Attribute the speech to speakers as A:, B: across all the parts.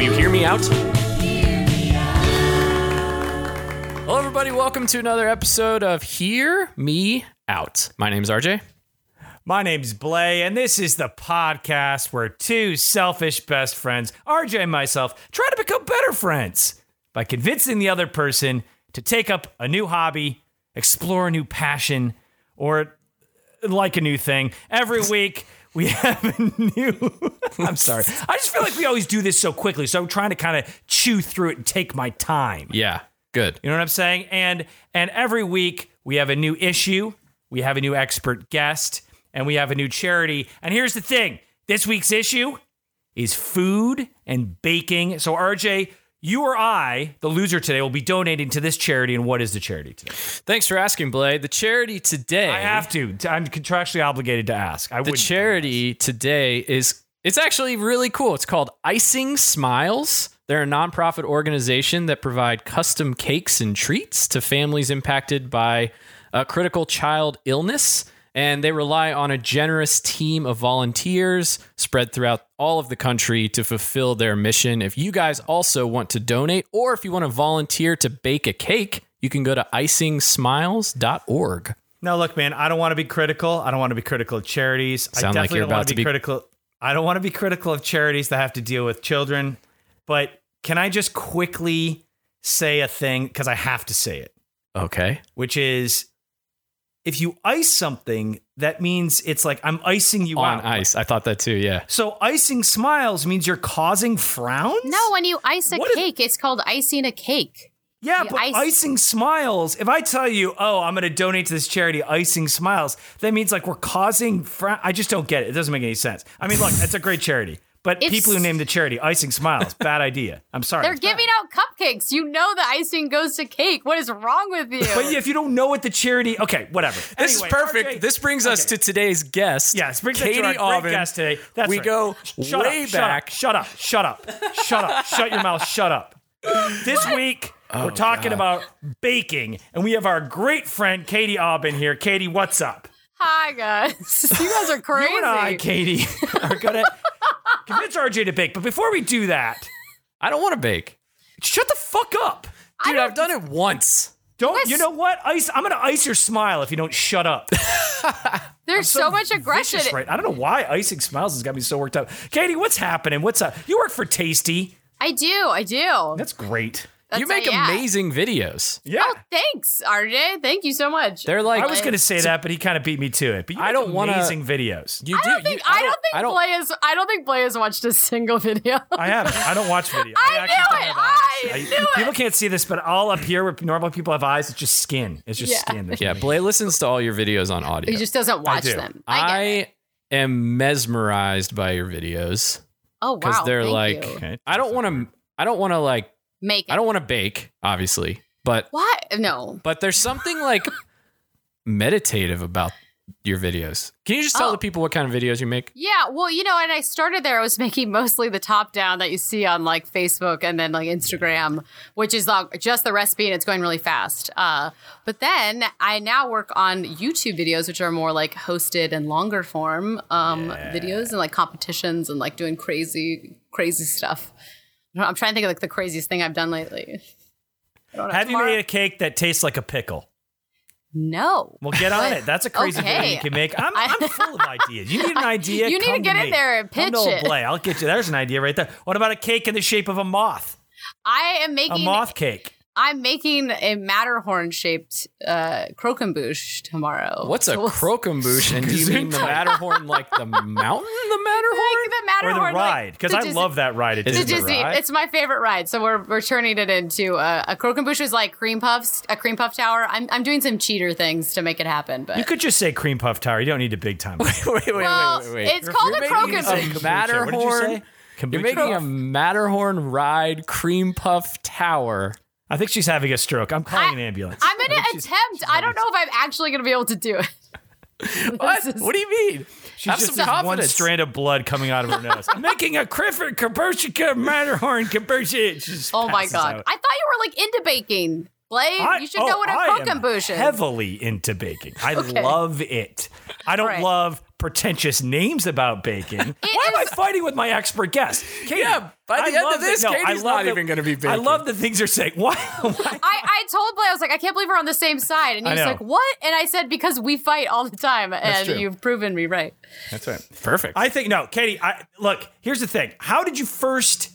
A: out. Hello, everybody. Welcome to another episode of Hear Me Out. My name's RJ.
B: My name's Blay, and this is the podcast where two selfish best friends, RJ and myself, try to become better friends by convincing the other person to take up a new hobby, explore a new passion, or like a new thing. Every week, we have a new. I'm sorry. I just feel like we always do this so quickly, so I'm trying to kind of chew through it and take my time.
A: Yeah, good.
B: You know what I'm saying? And and every week we have a new issue, we have a new expert guest, and we have a new charity. And here's the thing: this week's issue is food and baking. So RJ, you or I, the loser today, will be donating to this charity. And what is the charity today?
A: Thanks for asking, Blade. The charity today.
B: I have to. I'm contractually obligated to ask. I
A: the
B: would
A: charity today is it's actually really cool. It's called Icing Smiles. They're a nonprofit organization that provide custom cakes and treats to families impacted by uh, critical child illness. And they rely on a generous team of volunteers spread throughout all of the country to fulfill their mission. If you guys also want to donate or if you want to volunteer to bake a cake, you can go to icingsmiles.org.
B: No, look, man, I don't want to be critical. I don't want to be critical of charities.
A: Sound
B: I
A: like
B: definitely
A: you're
B: don't want
A: about to
B: to be,
A: be-
B: critical. I don't want to be critical of charities that have to deal with children. But can I just quickly say a thing because I have to say it,
A: Okay.
B: which is if you ice something, that means it's like I'm icing you
A: On
B: out.
A: ice. I thought that too. Yeah.
B: So icing smiles means you're causing frowns?
C: No, when you ice a
B: What if-
C: cake, it's called icing a cake.
B: Yeah,
C: You
B: but
C: ice-
B: icing smiles. If I tell you, oh, I'm going to donate to this charity, icing smiles, that means like we're causing. Fr- I just don't get it. It doesn't make any sense. I mean, look, it's a great charity, but
C: It's-
B: people who name the charity icing smiles, bad idea. I'm sorry.
C: They're
B: it's bad.
C: giving out cupcakes. You know the icing goes to cake. What is wrong with you?
B: But if you don't know what the charity, okay, whatever.
A: This
B: Anyway,
A: is perfect.
B: RJ
A: this brings us to today's guest.
B: Yes, brings us to
A: Katie
B: our great
A: Aubin.
B: guest today. That's
A: we
B: right.
A: go
B: shut
A: way
B: up,
A: back.
B: Shut up, shut up, shut up, shut your mouth, shut up. This week, we're talking about baking, and we have our great friend Katie Aubin here. Katie, what's up?
C: Hi guys, you guys are crazy.
B: You and I, Katie, are gonna convince RJ to bake. But before we do that,
A: I don't want to bake,
B: shut the fuck up.
A: dude. I've done it once.
B: Don't
C: Let's-
B: you know what? Ice I'm gonna ice your smile if you don't shut up.
C: There's so, much aggression.
B: Vicious, right? I don't know why icing smiles has got me so worked up. Katie, what's happening? What's up? You work for Tasty.
C: I do. I do.
B: That's great.
C: That's
A: you make
C: a- yeah.
A: amazing videos.
B: Yeah.
C: Oh, thanks, RJ. Thank you so much.
A: They're like
B: I was gonna say that, but he kind of beat me to it. But you
A: I
B: make
A: don't wanna-
B: amazing videos.
A: you
C: I don't
A: do.
C: think.
A: you,
C: I, don't think
A: I don't.
C: Blay has. I don't think Blay has watched a single video.
B: I haven't. I don't watch videos.
C: I
B: actually
C: knew
B: don't
C: it!
B: have eyes.
C: I knew it!
B: People can't see this, but all up here where normal people have eyes, it's just skin. It's just
C: Yeah.
B: skin. There's
A: yeah, Blay listens to all your videos on audio.
C: He just doesn't watch
B: do.
C: them. I, get it.
A: I am mesmerized by your videos
C: oh wow,
A: because they're
C: thank
A: like.
C: you.
B: Okay.
A: I don't want to. I don't want to like.
C: make.
A: I don't want to bake, obviously, but
C: What? No.
A: but there's something like meditative about your videos. Can you just tell
C: Oh.
A: the people what kind of videos you make?
C: Yeah, well, you know, and I started there. I was making mostly the top down that you see on like Facebook and then like Instagram, which is like just the recipe and it's going really fast. Uh, but then I now work on YouTube videos, which are more like hosted and longer form um, videos and like competitions and like doing crazy, crazy stuff. I'm trying to think of like the craziest thing I've done lately. I don't know,
B: Have you
C: tomorrow-
B: made a cake that tastes like a pickle?
C: No.
B: Well, get on it. That's a crazy thing
C: Okay.
B: you can make. I'm, I'm full of ideas. You need an idea.
C: You need to
B: come
C: get in
B: me.
C: there and
B: Come to
C: pitch
B: old
C: it.
B: Blay. I'll get you. There's an idea right there. What about a cake in the shape of a moth?
C: I am
B: A
C: making
B: moth cake.
C: I'm making a Matterhorn shaped uh, croquembouche tomorrow.
A: What's a
C: So we'll-
A: croquembouche? And do you mean the Matterhorn, like the mountain, the Matterhorn?
C: Like the
B: Or the
C: Matterhorn like,
B: ride, because
C: the
B: I
C: Dis-
B: love that ride. It
A: Is
C: The
A: it
B: is
A: the
C: Disney,
A: ride?
C: it's my favorite ride, so we're we're turning it into a, a croquembouche is like cream puffs, a cream puff tower. I'm I'm doing some cheater things to make it happen, but
B: You could just say cream puff tower. You don't need a big time.
A: wait, wait,
C: Well, it's called a
A: making
C: croquembouche.
A: a Matterhorn.
B: What did you say?
A: You're
B: Kombucha?
A: making a Matterhorn ride cream puff tower.
B: I think she's having a stroke. I'm calling an ambulance.
C: I'm
B: I
C: gonna
B: think she's-
C: attempt. I don't know if I'm actually gonna be able to do it.
A: What?
C: This is-
A: What do you mean?
B: She's
A: Have
B: just
A: some
B: has one
A: confidence.
B: strand of blood coming out of her nose. I'm making a Crifford kombucha Matterhorn kombucha. She just
C: Oh my
B: passes
C: god!
B: out.
C: I thought you were like into baking, Blake.
B: I-
C: you should
B: oh,
C: know what a
B: I am
C: croquembouche is.
B: Heavily into baking. I love it. I don't
C: Right.
B: love pretentious names about baking. Why am I fighting with my expert guest? Katie,
A: Yeah, by the
B: I
A: end of
B: love that-
A: this,
B: no, I
A: Katie's
B: love
A: not
B: that-
A: even gonna be
B: I
A: baking.
B: love the things you're saying. Why? why-
C: I, I told Blay, I was like, I can't believe we're on the same side. And
B: I
C: he was
B: know.
C: like, What? And I said, Because we fight all the time. And
A: true.
C: you've proven me right.
A: That's right. Perfect.
B: I think no, Katie. I, look, here's the thing. How did you first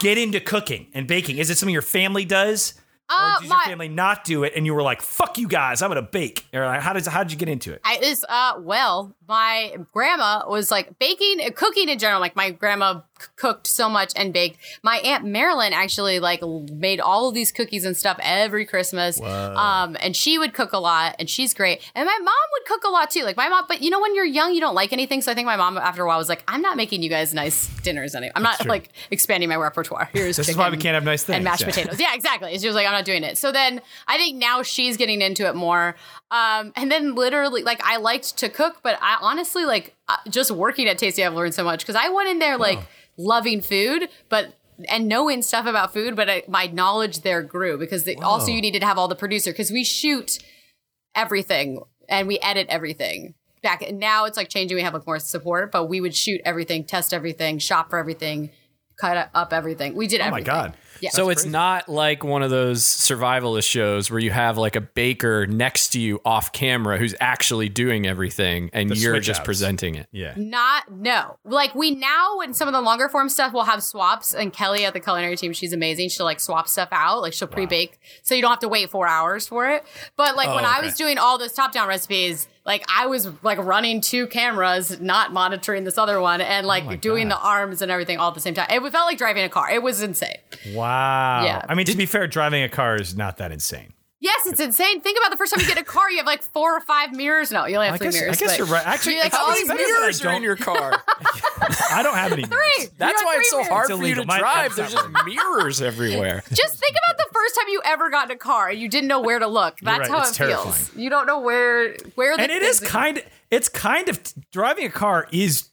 B: get into cooking and baking? Is it something your family does,
C: Uh,
B: or did your family not do it, and you were like, "Fuck you guys, I'm gonna bake"? Or like, how does how did you get into it?
C: I is uh well, my grandma was like baking, cooking in general. Like my grandma c- cooked so much and baked. My aunt Marilyn actually like l- made all of these cookies and stuff every Christmas. Um, and she would cook a lot, and she's great. And my mom would cook a lot too. Like my mom, but you know when you're young, you don't like anything. So I think my mom after a while was like, I'm not making you guys nice dinners anymore. I'm not like expanding my repertoire. Here's
B: This is why we
C: chicken
B: can't have nice things.
C: and mashed
B: Yeah.
C: potatoes. Yeah, exactly. She was like, I'm not doing it. So then I think now she's getting into it more. Um, and then literally, like, I liked to cook, but I honestly, like, uh, just working at Tasty, I've learned so much because I went in there, like, loving food, but and knowing stuff about food, but I, my knowledge there grew because they, also you needed to have all the producer because we shoot everything and we edit everything back and now it's like changing we have like more support but we would shoot everything test everything shop for everything cut up everything we did
B: Oh my
C: everything
B: god.
C: yeah
A: so it's not like one of those survivalist shows where you have like a baker next to you off camera who's actually doing everything and
B: The
A: you're
B: switch
A: just
B: outs.
A: presenting it.
B: Yeah.
C: Not no. Like we now in some of the longer form stuff, we'll have swaps. And Kelly at the culinary team, she's amazing. She'll like swap stuff out. Like she'll pre bake, so you don't have to wait four hours for it. But like when I
A: okay.
C: was doing all those top down recipes, like I was like running two cameras, not monitoring this other one, and like doing the arms and everything all at the same time. It felt like driving a car. It was insane.
B: Wow.
C: Yeah.
B: I mean, to be fair, driving a car is not that insane.
C: Yes, it's insane. Think about the first time you get in a car, you have like four or five mirrors. No, you only have
B: I
C: three
B: guess- I
C: mirrors.
B: guess
C: but
B: you're right. Actually,
C: you're, like,
B: it's
C: all
B: always
C: these
B: been
C: mirrors.
B: mirrors are in your
A: car.
B: I don't have any. Three.
A: That's
C: You
A: why
C: have
A: it's so
C: three
A: hard
B: mirrors.
A: for you to
B: It's illegal. My-
A: drive. There's just mirrors everywhere.
C: Just think about the first time you ever got in a car and you didn't know where to look. That's
B: right.
C: how
B: It's
C: it feels.
B: terrifying.
C: You don't know where where the
B: And it is
C: things-
B: kind of. It's kind of driving a car is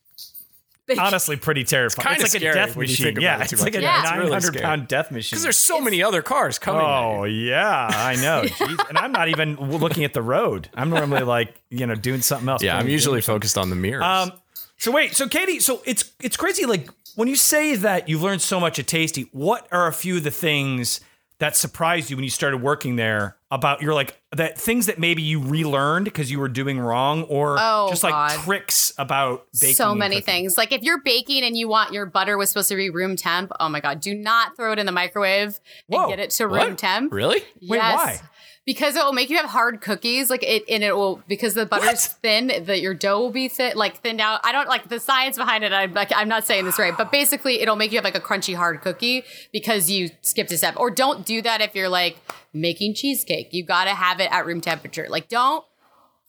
C: Big-
B: honestly pretty terrifying.
A: kinda
B: It's, like a
A: scary
B: death
A: when you
B: machine.
A: think about
B: yeah,
A: it
B: it's
A: too
B: like
A: much.
B: a
C: Yeah. It's
B: 900
A: really
B: hundred
A: scary.
B: pound death machine.
A: Because there's so many other cars coming. at
B: Oh
A: you.
B: yeah, I know. Jeez. And I'm not even w- looking at the road. I'm normally like you know doing something else.
A: Yeah, I'm
B: playing
A: usually focused on the mirrors.
B: games. Um. So wait. So Katie. So it's it's crazy. Like when you say that you've learned so much at Tasty, what are a few of the things that surprised you when you started working there? About you're like that things that maybe you relearned because you were doing wrong, or
C: Oh,
B: just like
C: God.
B: tricks about baking.
C: so
B: and
C: many
B: cooking?
C: things. Like if you're baking and you want your butter was supposed to be room temp, oh my god, do not throw it in the microwave
B: Whoa.
C: and get it to
A: What?
C: room temp.
A: Really?
B: Wait, why?
C: Because it will make you have hard cookies, like it, and it will because the butter's thin, that your dough will be thin, like thinned out. I don't like the science behind it. I'm like, I'm not saying this right, but basically, it'll make you have like a crunchy hard cookie because you skipped a step. Or don't do that if you're like making cheesecake. You gotta have it at room temperature. Like, don't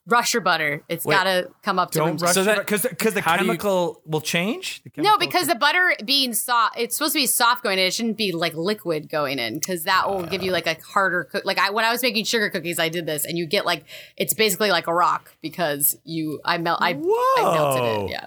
C: rush your butter. It's gotta come up to room
B: Don't rush
A: So that-
B: because because the
A: how do you-
B: chemical will change. The
C: no,
B: chemical-
C: because the butter being soft, it's supposed to be soft going in. It shouldn't be like liquid going in because that will
B: Ah.
C: give you like a harder cook. Like I, when I was making sugar cookies, I did this, and you get like it's basically like a rock because you I melt I, I melted
B: Whoa.
C: it. Yeah,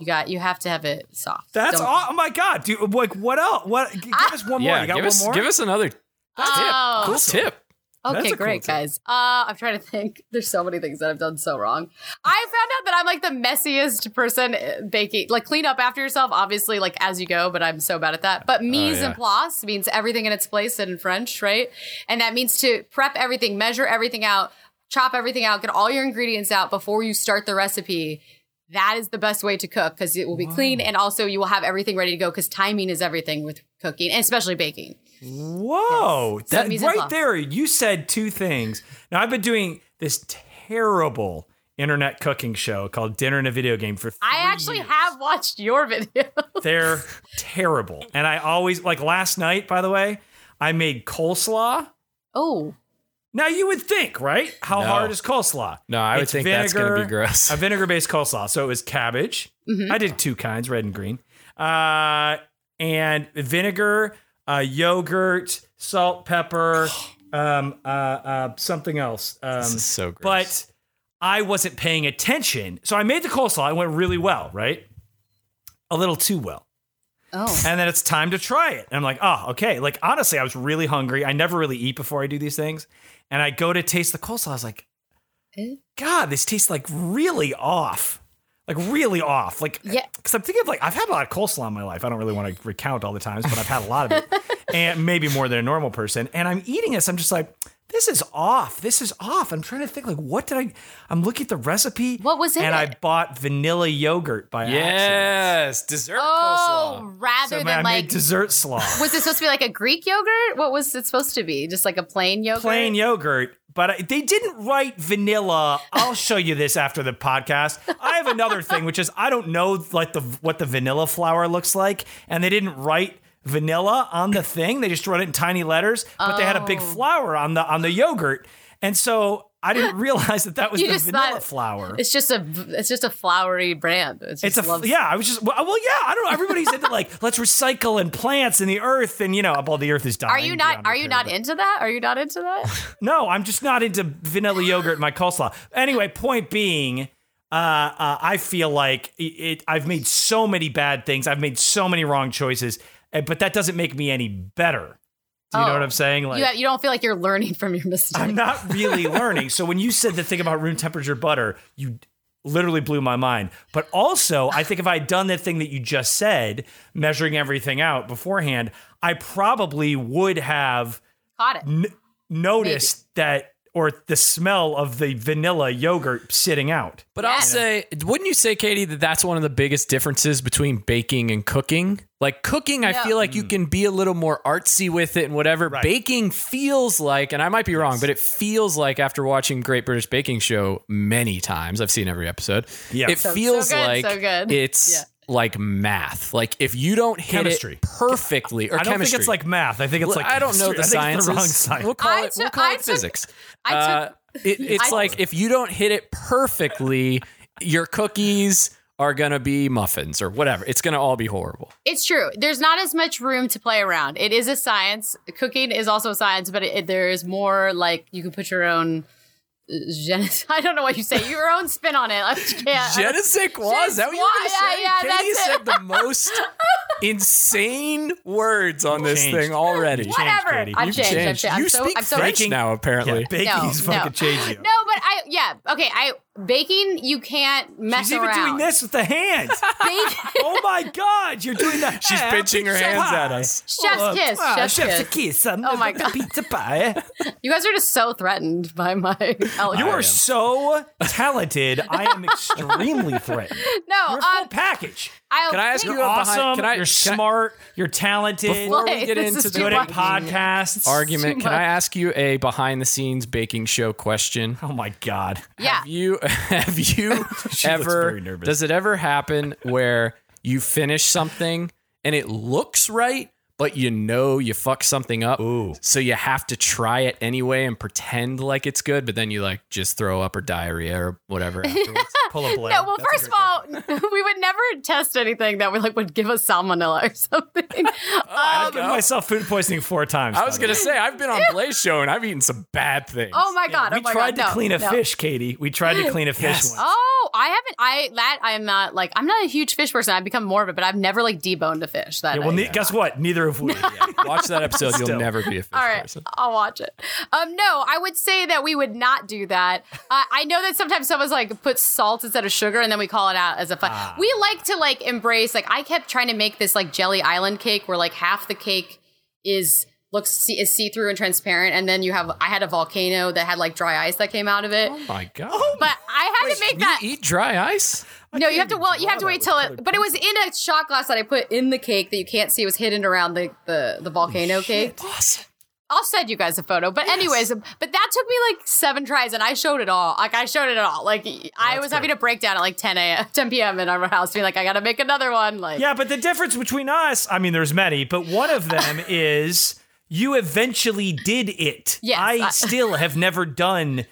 C: you got you have to have it soft.
B: that's
C: Don't-
B: aw-
C: Ah!
B: oh my god, dude! Like what else? What? g- Give us one more.
A: yeah.
B: You got
A: give
B: one
A: us
B: more.
A: give us another
C: Oh.
A: tip. Cool tip.
B: That's a
C: Okay,
B: cool
C: great,
B: tip.
C: guys. Uh, I'm trying to think. There's so many things that I've done so wrong. I found out that I'm like the messiest person uh, baking. Like, clean up after yourself, obviously, like as you go, but I'm so bad at that.
B: Oh,
C: But mise
A: yeah.
C: en place means everything in its place in French, right? And that means to prep everything, measure everything out, chop everything out, get all your ingredients out before you start the recipe. That is the best way to cook because it will be clean and also you will have everything ready to go because timing is everything with cooking and especially baking.
B: Whoa,
C: So
B: that
C: mise en
B: right
C: place.
B: there, you said two things. Now I've been doing this terrible internet cooking show called Dinner and a Video Game for.
C: I actually have watched your video.
B: They're terrible, and I always like last night. By the way, I made coleslaw.
C: Oh,
B: Now you would think, right? How
A: No.
B: hard is coleslaw?
A: No, I would think that's gonna be gross.
B: A vinegar-based coleslaw. So it was cabbage. I did two kinds, red and green, uh, and vinegar, uh, yogurt, salt, pepper, um, uh, uh, something else. Um,
A: This is so gross.
B: but I wasn't paying attention, so I made the coleslaw. It went really well, right? A little too well
C: oh.
B: and then it's time to try it. And I'm like, oh, okay. Like honestly, I was really hungry. I never really eat before I do these things. And I go to taste the coleslaw. I was like,
C: Eh?
B: God, this tastes like really off. like really off. Like,
C: Yeah.
B: Because I'm thinking of like I've had a lot of coleslaw in my life. I don't really want to recount all the times, but I've had a lot of it, and maybe more than a normal person. And I'm eating this. I'm just like, this is off. This is off. I'm trying to think like, what did I? I'm looking at the recipe.
C: What was in
B: And
C: it?
B: I bought vanilla yogurt by accident.
A: Yes, dessert
C: Oh, rather
B: So man, I
C: than like,
B: made dessert slaw.
C: was it supposed to be like a Greek yogurt? What was it supposed to be? Just like a plain yogurt?
B: plain yogurt, but I, they didn't write vanilla. I'll show you this after the podcast. I have another thing, which is I don't know like the what the vanilla flower looks like, and they didn't write vanilla on the thing. They just wrote it in tiny letters, but they had a big
C: Oh.
B: flower on the on the yogurt, and so I didn't realize that that was
C: You
B: the
C: just
B: vanilla
C: thought-
B: flour.
C: It's just a it's just a flowery brand. It's,
B: It's
C: just
B: a f-
C: loves-
B: yeah. I was just well, well, yeah. I don't know. Everybody's into like let's recycle and plants and the earth and you know, well, the earth is dying.
C: Are you not
B: beyond
C: are you
B: repair,
C: not
B: but-
C: into that? Are you not into that?
B: No, I'm just not into vanilla yogurt in my coleslaw. Anyway, point being, uh, uh, I feel like it, it. I've made so many bad things. I've made so many wrong choices, and- but that doesn't make me any better. Do you know
C: Oh.
B: what I'm saying? Like,
C: you you don't feel like you're learning from your mistakes.
B: I'm not really learning. So when you said the thing about room temperature butter, you literally blew my mind. But also, I think if I had done that thing that you just said, measuring everything out beforehand, I probably would have
C: Caught it.
B: n- noticed that or the smell of the vanilla yogurt sitting out.
A: But
C: Yeah.
A: I'll say, wouldn't you say, Katie, that that's one of the biggest differences between baking and cooking? Like cooking, I
C: Yeah.
A: feel like you can be a little more artsy with it and whatever.
B: Mm. Right.
A: Baking feels like, and I might be wrong, but it feels like after watching Great British Baking Show many times, I've seen every episode.
B: Yeah.
A: it
C: So- so
A: feels
C: good,
A: like
C: so good.
A: it's.
C: Yeah.
A: Like math, like if you don't hit
B: Chemistry.
A: it perfectly, or
B: I don't
A: chemistry.
B: think it's like math. I think it's
A: Well,
B: like
A: I don't know the
B: chemistry. I think
A: science.
B: it's the wrong science.
A: We'll call
C: I
A: it, we'll
C: took-
A: call
C: I
A: it
C: took-
A: physics.
C: I
A: Uh, it, it's
C: I-
A: like if you don't hit it perfectly, your cookies are gonna be muffins or whatever. It's gonna all be horrible.
C: It's true. There's not as much room to play around. It is a science. Cooking is also a science, but it, it- there is more like you can put your own. uh, Gen- I don't know what you say. Your own spin on it. I just can't. I
A: Je
C: don't-
A: ne sais quoi. Is that what you
C: Je
A: were
C: ne sais
A: gonna say?
C: quoi, yeah, yeah,
A: Katie
C: that's
A: said the most insane words on this
B: Changed.
A: thing already.
B: What?
C: Whatever.
B: Katie.
C: I've
B: You've
C: changed. I've
A: Changed.
C: changed. I'm
A: you
C: so.
A: speak
C: I'm so.
A: French now, apparently.
B: Yeah, baking
C: No,
B: is
C: no.
B: fucking changing.
C: No, but I yeah okay. I baking you can't mess
B: She's even
C: around.
B: doing this with the hands.
C: Baking-
B: oh my God, you're doing that.
A: She's pinching her hands at us.
C: Chef's kiss, chef's kiss.
B: oh
C: my
B: my God. Pizza pie.
C: you guys are just so threatened by my. eloquence.
B: You
A: am.
B: are so talented. I am extremely threatened.
C: no.
B: You're a full
C: Um,
B: package.
C: I'll
A: Can I ask
C: take-
A: you
B: You're
A: a- behind-
B: awesome.
A: can I-
B: you're
A: can I-
B: smart. you're talented.
A: Before we
C: Wait,
A: get
C: this
A: into
C: is
A: the
C: too
B: good at
A: baking
C: much.
B: podcasts.
A: argument,
C: Too
A: can I
C: much.
A: ask you a behind the scenes baking show question?
B: Oh my God.
C: Yeah.
A: Have you have you ever
B: very nervous.
A: does it ever happen where you finish something and it looks right but you know you fuck something up
B: Ooh.
A: so you have to try it anyway and pretend like it's good but then you like just throw up or diarrhea or whatever afterwards.
B: Pull a blade.
C: No, well, first of all, we would never test anything that would like would give us salmonella or something.
B: I've
C: Um,
B: given myself food poisoning four times.
A: I
B: by
A: was
B: the
A: going
B: way.
A: to say I've been on Blaze show and I've eaten some bad things.
C: oh my god!
B: We
C: oh my
B: tried
C: god,
B: to
C: no,
B: clean a
C: no.
B: fish, Katie. We tried to clean a fish
A: Yes.
B: once.
C: Oh, I haven't. I that I'm not like I'm not a huge fish person. I've become more of it, but I've never like deboned a fish. That
B: Yeah, well,
C: I-
B: ne- guess what? Neither of we.
A: Watch that episode you'll
B: Still.
A: never be a fish
C: All right,
A: person.
C: I'll watch it. Um, no, I would say that we would not do that. Uh, I know that sometimes someone's like put salt instead of sugar, and then we call it out as a fun.
A: Ah.
C: We like to like embrace. Like I kept trying to make this like jelly island cake, where like half the cake is looks see, is see through and transparent, and then you have I had a volcano that had like dry ice that came out of it.
A: Oh my god.
C: But I had to make
A: you
C: that.
A: eat dry ice?
C: No, you have to.
B: even
C: Well, you
B: draw
C: have to
B: that
C: wait
B: with
C: till
B: colored
C: it. But it was in a shot glass that I put in the cake that you can't see. It was hidden around the the, the volcano cake.
A: Awesome.
C: I'll send you guys a photo. But anyways, but that took me like seven tries, and I showed it all. Like I showed it all. Like I was having a breakdown at like 10 a.m. 10 p.m. in our house, being like, I gotta make another one. Like
B: Yeah, but the difference between us, I mean, there's many, but one of them is you eventually did it.
C: Yes, uh,
B: I,
C: I-
B: still have never done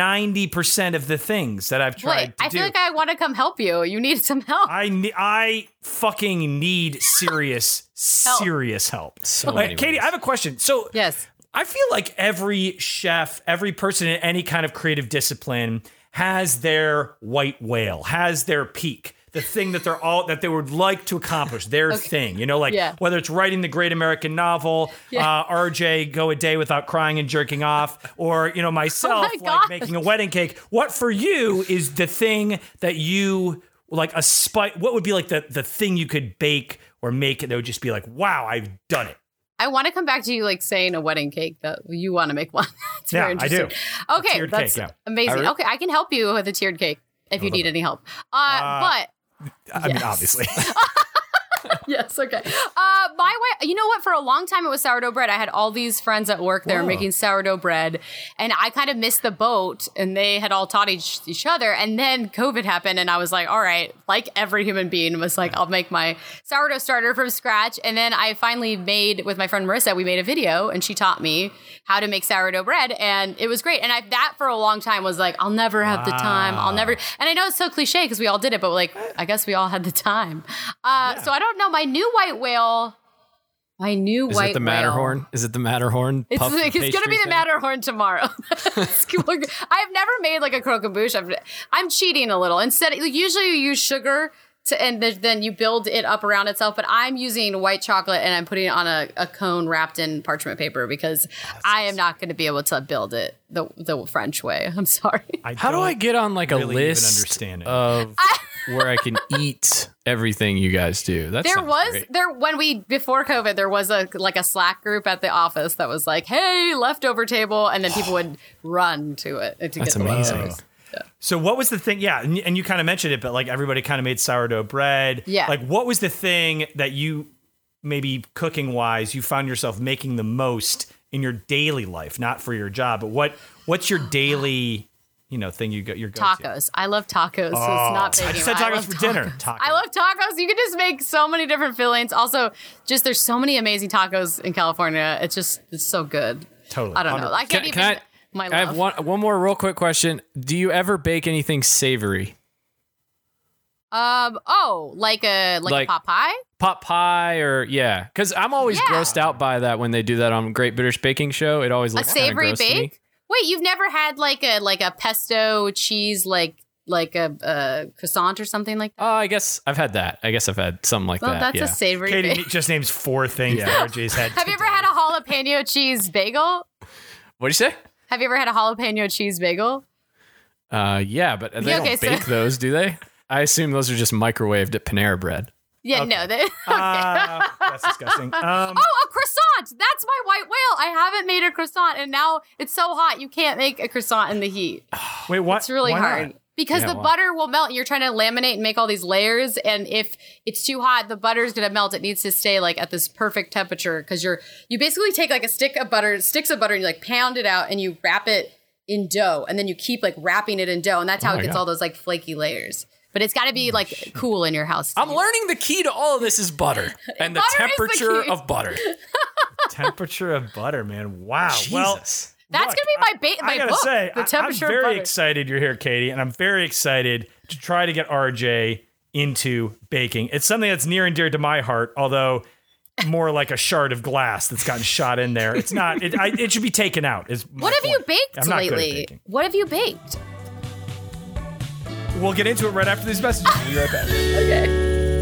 B: 90% of the things that I've tried
C: wait,
B: to
C: I
B: do.
C: feel like I want to come help you. You need some help.
B: I ne- I fucking need serious, serious help.
A: So
B: Like,
A: many
B: Katie,
A: ways.
B: I have a question. So
C: yes.
B: I feel like every chef, every person in any kind of creative discipline has their white whale, has their peak, the thing that they're all that they would like to accomplish, their thing. You know, like
C: Yeah.
B: whether it's writing the great American novel, uh, RJ go a day without crying and jerking off, or you know
C: Oh
B: myself like
C: God.
B: making a wedding cake. What for you is the thing that you like a spike? What would be like the the thing you could bake or make that would just be like, wow, I've done it.
C: I want to come back to you like saying a wedding cake that you want to make one. That's very
B: Yeah, I
C: interesting.
B: do.
C: Okay,
B: tiered
C: that's
B: cake, yeah.
A: I
C: amazing.
A: re-
C: okay, I can help you with a tiered cake if you need any help. Uh,
B: I
C: Yes.
B: mean, obviously.
C: but yes, okay. Uh, my way, you know what? For a long time, it was sourdough bread. I had all these friends at work that were
B: Whoa.
C: making sourdough bread, and I kind of missed the boat. And they had all taught each, each other. And then COVID happened, and I was like, all right, like every human being was like, I'll make my sourdough starter from scratch. And then I finally made with my friend Marissa. We made a video, and she taught me how to make sourdough bread, and it was great. And I that for a long time was like, I'll never have the time. I'll never. And I know it's so cliche because we all did it, but like, I guess we all had the time. Uh, So I don't know. My new white whale. My new
A: Is
C: white
A: it the
C: whale.
A: Matterhorn? Is it the Matterhorn?
C: It's
A: puff
C: like it's gonna
A: pastry
C: be the
A: thing?
C: Matterhorn tomorrow. It's- look, I've never made like a croquembouche. I've, I'm cheating a little. Instead, like, usually you use sugar to, and th- then you build it up around itself. But I'm using white chocolate and I'm putting it on a, a cone wrapped in parchment paper because I am not going to be able to build it the the French way. I'm sorry.
A: How do I get on like a
B: really even
A: list
B: understand it.
A: of where I can eat everything you guys do? That
C: There
A: sounds
C: was
A: great.
C: there when we before COVID there was a like a Slack group at the office that was like, "Hey, leftover table," and then people would run to it to
A: That's
C: get the
A: amazing.
C: leftovers.
B: So what was the thing? Yeah, and, and you kind of mentioned it, but like everybody kind of made sourdough bread.
C: Yeah.
B: Like what was the thing that you maybe cooking wise you found yourself making the most in your daily life, not for your job, but what what's your daily you know thing you go your go
C: Tacos. I love tacos. so it's not baking.
B: Oh. I just had
C: but
B: tacos
C: love
B: for dinner. Taco.
C: I love tacos. You can just make so many different fillings. Also, just there's so many amazing tacos in California. It's just it's so good.
B: Totally.
C: I don't know.
B: 100.
C: I can't
A: Can-
C: even.
A: can I-
C: my love.
A: I have one one more real quick question. Do you ever bake anything savory?
C: Um. Oh, like a like,
A: Like-
C: a pot pie.
A: pot pie or yeah because i'm always
C: Yeah.
A: grossed out by that when they do that on great british baking show it always
C: a
A: looks kinda
C: savory
A: gross to me.
C: bake. Wait, you've never had like a like a pesto cheese like like a, a croissant or something like that.
A: oh i guess i've had that i guess i've had something like
C: Well,
A: that
C: that's
A: yeah
C: a savory
B: Katie
C: bake.
B: just names four things that RJ's had.
C: Have you ever had a jalapeno cheese bagel?
A: what do you say
C: Have you ever had a jalapeno cheese bagel?
A: uh yeah but they
C: Yeah, okay,
A: don't
C: so-
A: bake those do they i assume those are just microwaved at panera bread
C: Yeah, no. That,
B: Uh, that's disgusting. Um,
C: oh, a croissant. That's my white whale. I haven't made a croissant, and now it's so hot you can't make a croissant in the heat.
B: wait, what?
C: It's really
B: why not?
C: hard because
A: Yeah,
C: the
A: why?
C: butter will melt. You're trying to laminate and make all these layers, and if it's too hot, the butter is going to melt. It needs to stay like at this perfect temperature because you're you basically take like a stick of butter, sticks of butter, and you like pound it out, and you wrap it in dough, and then you keep like wrapping it in dough, and that's
B: Oh
C: how
A: my
C: it gets
A: God.
C: all those like flaky layers. But it's got to be like cool in your house.
A: i'm learning the key to all of this is butter and the
C: Butter is the
A: temperature
C: key.
A: of butter Oh,
B: Temperature of butter, man. Wow. Well,
A: Jesus.
C: That's
B: Look,
C: gonna be my ba-
B: I
C: my
B: gotta
C: book.
B: say,
C: the
B: I-
C: temperature
B: I'm
C: of
B: very
C: butter.
B: excited you're here, Katie, and I'm very excited to try to get RJ into baking. It's something that's near and dear to my heart, although more like a shard of glass that's gotten shot in there. It's not. It, I, it should be taken out. Is my
C: What have you
B: point.
C: baked
B: I'm not good at
C: lately?
B: baking.
C: What have you baked?
B: We'll get into it right after these messages. We'll be right back.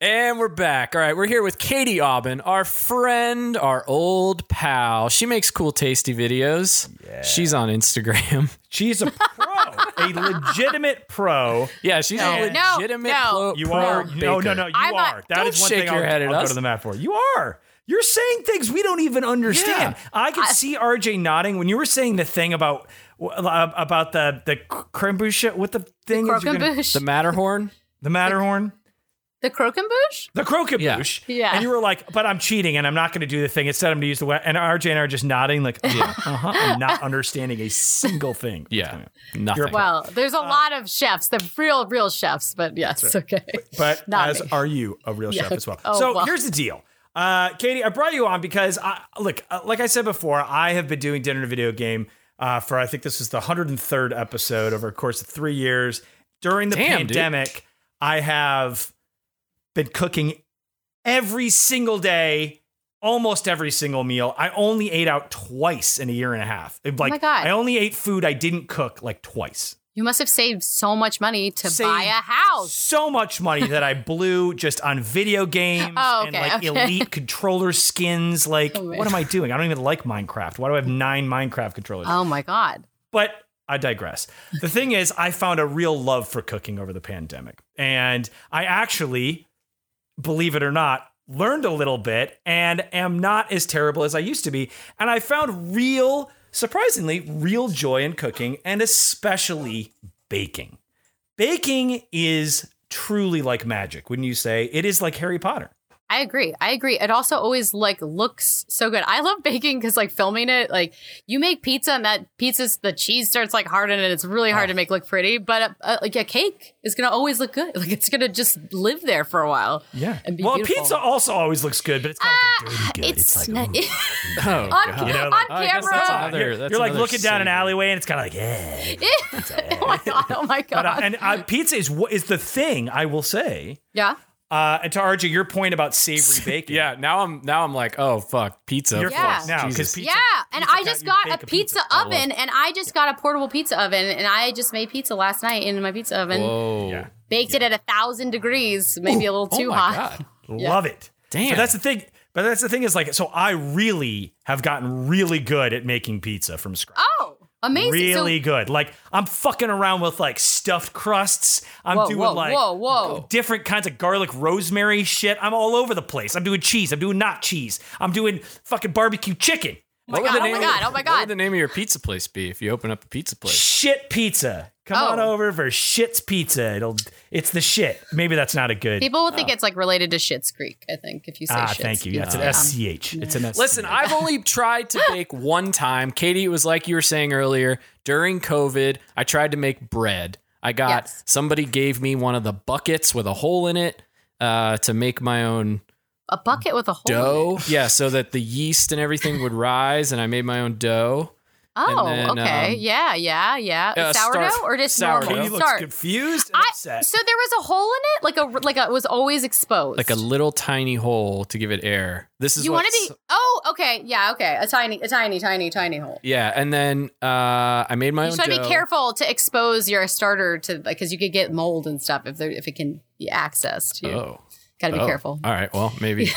A: And we're back. All right, we're here with Katie Aubin, our friend, our old pal. She makes cool, tasty videos. She's on Instagram.
B: She's a pro, a legitimate pro.
A: yeah, she's
C: No,
A: a
C: no,
A: legitimate
C: no.
A: pro.
B: You
A: pro
B: are
A: baker.
B: no, no, no. You
C: I'm not-
B: are. That
A: Don't
B: is one
A: shake
B: thing
A: your
B: I'll,
A: head at
B: I'll go
A: us.
B: to the mat for. You are. You're saying things we don't even understand.
A: Yeah.
B: I could see RJ nodding when you were saying the thing about uh, about the the crembouche. What the thing is? you're gonna-
C: Croquembouche.
A: The Matterhorn.
B: the Matterhorn.
C: the croquembouche.
B: The croquembouche.
C: Yeah. Yeah.
B: And you were like, but I'm cheating and I'm not going to do the thing. Instead, I'm going to use the way. And RJ and I are just nodding, like, uh uh-huh. I'm not understanding a single thing.
A: Yeah, nothing. Oh,
B: You're-
C: Well, there's
B: Uh,
C: a lot of chefs, the real, real chefs, but yes, okay.
B: but
C: Not
B: as
C: me.
B: are you a real chef as well.
C: Oh,
B: so
C: well.
B: here's the deal. Uh, Katie, I brought you on because I, look, uh, like I said before, I have been doing dinner and video game uh, for I think this was the 103rd episode over a course of three years. During the
A: Damn, dude.
B: pandemic, I have been cooking every single day, almost every single meal. I only ate out twice in a year and a half. Like,
C: Oh my God.
B: I only ate food I didn't cook like twice.
C: you must have saved so much money to
B: Saved
C: buy a house.
B: so much money that I blew just on video games
C: Oh,
B: and
C: okay,
B: like
C: okay.
B: elite controller skins. Like,
C: Oh, man.
B: what am I doing? I don't even like Minecraft. Why do I have nine Minecraft controllers?
C: Oh my God.
B: but I digress. The thing is, I found a real love for cooking over the pandemic. And I actually, believe it or not, learned a little bit and am not as terrible as I used to be. And I found real, surprisingly, real joy in cooking and especially baking. Baking is truly like magic, wouldn't you say? It is like Harry Potter.
C: I agree. I agree. It also always like looks so good. I love baking because like filming it, like you make pizza and that pizza's the cheese starts like hardening and it's really hard to make look pretty. But uh, uh, like a cake is gonna always look good. Like it's gonna just live there for a while. And be
B: Well,
C: beautiful. Ah,
B: pizza also always looks good, but it's kind of like a dirty good.
C: It's,
B: It's, like,
C: not,
B: ooh.
A: Oh,
C: on,
A: God.
B: You know,
C: on
B: like-
A: I guess
C: camera.
A: that's another-
B: you're,
A: that's
B: you're like
A: another
B: looking down an
A: savor.
B: alleyway and it's kind of like, eh. yeah.
C: oh my god! Oh my god!
B: But, uh, and uh, pizza is what is the thing I will say.
C: yeah.
B: Uh, and to RJ, your point about savory baking.
A: Yeah, now I'm now I'm like, oh fuck, pizza.
B: You're
A: of
C: Yeah.
B: close now because
A: Jesus.
B: pizza.
C: yeah, and
B: pizza
C: I just
B: got-
C: got,
B: you bake
C: a
B: a
C: pizza,
B: pizza.
C: oven, and I just got a portable pizza oven, and I just made pizza last night in my pizza oven,
A: Whoa.
B: Yeah.
C: baked it at a thousand degrees, maybe a little
A: Oh
C: too
A: my
C: hot.
A: God.
B: Love it.
A: Damn.
B: But that's the thing. But that's the thing is like, so I really have gotten really good at making pizza from scratch.
C: Oh, amazing!
B: really
C: so,
B: good. Like I'm fucking around with like stuffed crusts. I'm
C: Whoa,
B: doing
C: whoa,
B: like
C: whoa, whoa.
B: different kinds of garlic rosemary shit. I'm all over the place. I'm doing cheese. I'm doing not cheese. I'm doing fucking barbecue chicken.
A: What would
C: God,
A: the
C: oh my
A: name of-
C: God, oh my
A: What
C: God.
A: would the name of your pizza place be if you open up a pizza place?
B: Shit pizza. Come
C: Oh.
B: on over for shit's pizza. It'll it's the shit. Maybe that's not a good
C: people would
A: Oh.
C: think it's like related to Shit's Creek. I think if you say
B: Ah,
C: Schitt's
B: thank you. Yeah, it's an
C: Creek. Um,
B: SCH. It's an SCH.
A: Listen, I've only tried to bake one time. Katie, it was like you were saying earlier during COVID. I tried to make bread. I got
C: Yes.
A: somebody gave me one of the buckets with a hole in it uh, to make my own
C: a bucket with a hole. in it.
A: dough. Yeah, so that the yeast and everything would rise, and I made my own dough.
C: Oh,
A: and then,
C: okay.
A: um,
C: yeah, yeah, yeah.
A: yeah,
C: sourdough
A: start-
C: or just
A: sourdough.
B: Katie
A: Katie
C: normal?
B: looks
C: Start.
B: confused and
C: I,
B: upset.
C: so there was a hole in it, like a like a, it was always exposed.
A: Like a little tiny hole to give it air. This is
C: You
A: what
C: want to be? Oh, okay. Yeah, okay. A tiny, a tiny, tiny, tiny hole.
A: Yeah, and then uh, I made my
C: You
A: own.
C: should be
A: dough.
C: careful to expose your starter to because you could get mold and stuff if there, if it can be accessed. You
A: Oh,
C: gotta be
A: oh.
C: careful.
A: All right, well, maybe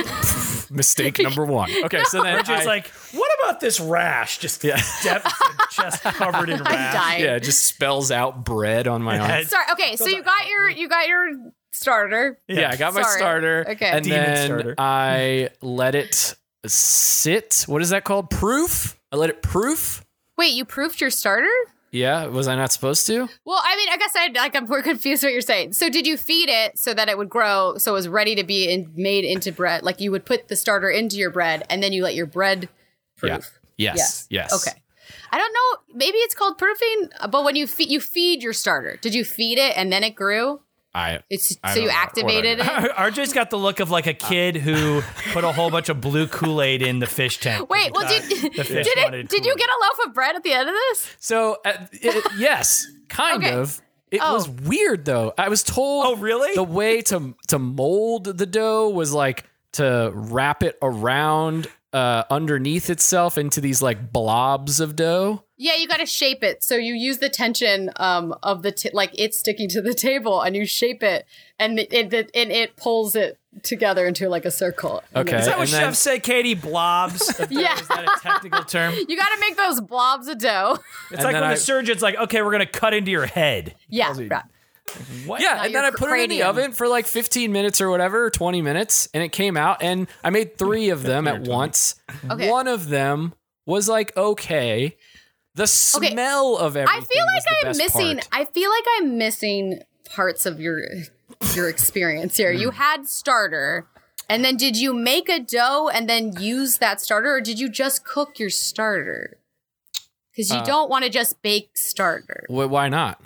A: mistake number one. Okay, so then
B: Just
A: I-
B: like, what about this rash? Just depth of chest covered in rash.
C: I'm dying.
A: yeah, it just spells out bread on my arm.
B: Yeah,
C: Sorry. Okay, so you got your you got your starter.
A: Yeah, I got my
C: Sorry.
A: starter,
C: Okay.
A: and
B: Demon
A: then
B: starter.
A: I let it sit. What is that called? Proof. I let it proof.
C: Wait, you proofed your starter?
A: Yeah, was I not supposed to?
C: Well, I mean, I guess I like I'm more confused what you're saying. So did you feed it so that it would grow so it was ready to be in, made into bread? Like you would put the starter into your bread and then you let your bread proof.
A: Yeah. Yes. Yes.
C: Okay. I don't know. Maybe it's called proofing, but when you feed you feed your starter, did you feed it and then it grew?
A: I.
C: It's
A: I
C: so you
A: don't know what I
C: activated
A: did.
C: it.
B: RJ's got the look of like a kid who put a whole bunch of blue Kool Aid in the fish tank. Uh,
C: Wait, well, did did
B: the fish
C: it?
B: wanted
C: Did you
B: Kool-Aid.
C: get a loaf of bread at the end of this?
A: So uh, it, yes, kind
C: Okay.
A: of. It
C: Oh.
A: was weird though. I was told.
B: Oh, really?
A: The way to to mold the dough was like to wrap it around uh, underneath itself into these like blobs of dough.
C: Yeah, you got to shape it. So you use the tension um, of the t- like it's sticking to the table, and you shape it, and it, it and it pulls it together into like a circle. And
A: Okay.
B: Is that what
A: And then-
B: chefs say, Katie? Blobs.
C: Yeah.
B: Is that a technical term?
C: You got to make those blobs of dough.
B: It's like
A: then
B: when
A: I-
B: the surgeon's like, okay, we're going to cut into your head.
C: yeah. Right.
A: Yeah,
C: Now
A: and then
C: your
A: I put it in the
C: cranium.
A: oven for like 15 minutes or whatever, 20 minutes, and it came out. And I made three of them at once.
C: Okay.
A: One of them was like okay. The
C: Okay.
A: smell of
C: I
A: everything.
C: feel
A: was
C: like
A: the
C: I'm
A: best
C: missing.
A: part.
C: I feel like I'm missing parts of your your experience here. You had starter, and then did you make a dough and then use that starter, or did you just cook your starter? Because you don't want to just bake starter.
A: Wh- Why not?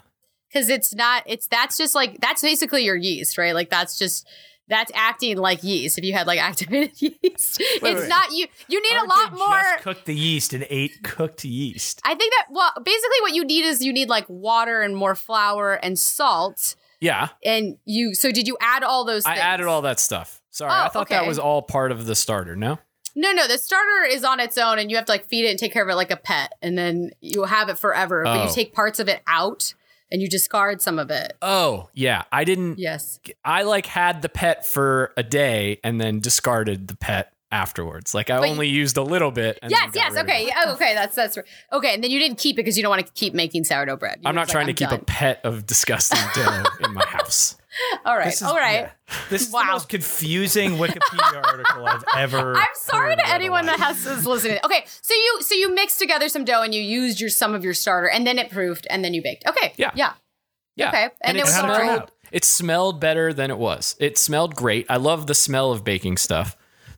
C: because it's not it's that's just like that's basically your yeast right like that's just that's acting like yeast if you had like activated yeast it's
B: wait.
C: not you you need a
B: RJ
C: lot more
B: Just cooked the yeast and ate cooked yeast.
C: i think that well basically what you need is you need like water and more flour and salt
A: Yeah.
C: and you so did you add all those
A: I
C: things?
A: added all that stuff. Sorry, I
C: Oh,
A: thought
C: okay.
A: that was all part of the starter. No,
C: no no the starter is on its own and you have to like feed it and take care of it like a pet and then you'll have it forever but
A: Oh.
C: you take parts of it out and you discard some of it
A: oh yeah, I didn't.
C: yes
A: I like had the pet for a day and then discarded the pet afterwards. Like I only used a little bit. And
C: Yes,
A: then got
C: yes,
A: rid of
C: okay,
A: it.
C: oh, okay, that's that's right. okay. And then you didn't keep it because you don't want to keep making sourdough bread. You
A: I'm
C: were
A: not
C: just like,
A: trying to keep
C: "I'm
A: a pet of disgusting dough in my house.
C: done." All right,
B: This is-
C: all right.
B: yeah. This is the
C: Wow.
B: most confusing Wikipedia article I've ever.
C: I'm sorry
B: heard in
C: to
B: my
C: anyone
B: life.
C: that has is listening. Okay, so you so you mixed together some dough and you used your some of your starter, and then it proofed, and then you baked. Okay,
A: Yeah.
C: yeah.
A: Yeah.
C: Okay, and it was
B: all right.
A: smelled, it smelled better than it was. It smelled great. I love the smell of baking stuff.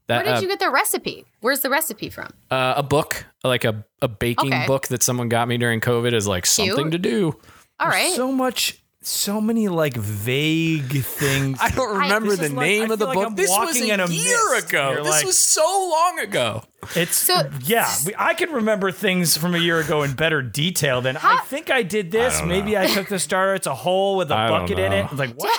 C: Where
A: That
C: did
A: uh,
C: you get the recipe? Where's the recipe from?
A: uh, a book, like a, a baking
C: Okay.
A: book that someone got me during COVID is like something to do.
C: All right,
B: So much, so many like vague things.
A: I don't remember
C: This
A: the
C: is
B: like-
A: name
B: I
A: of the
B: feel like
A: book.
B: I'm
A: this was
B: walking
A: a,
B: in a
A: year
B: mist.
A: ago.
B: You're
A: This
B: like-
A: was so long ago.
B: It's
C: So-
B: yeah, we, I can remember things from a year ago in better detail than I think I did this. Maybe I took the starter. It's a hole with a
A: I don't
B: bucket in
A: know.
B: it. I was like what?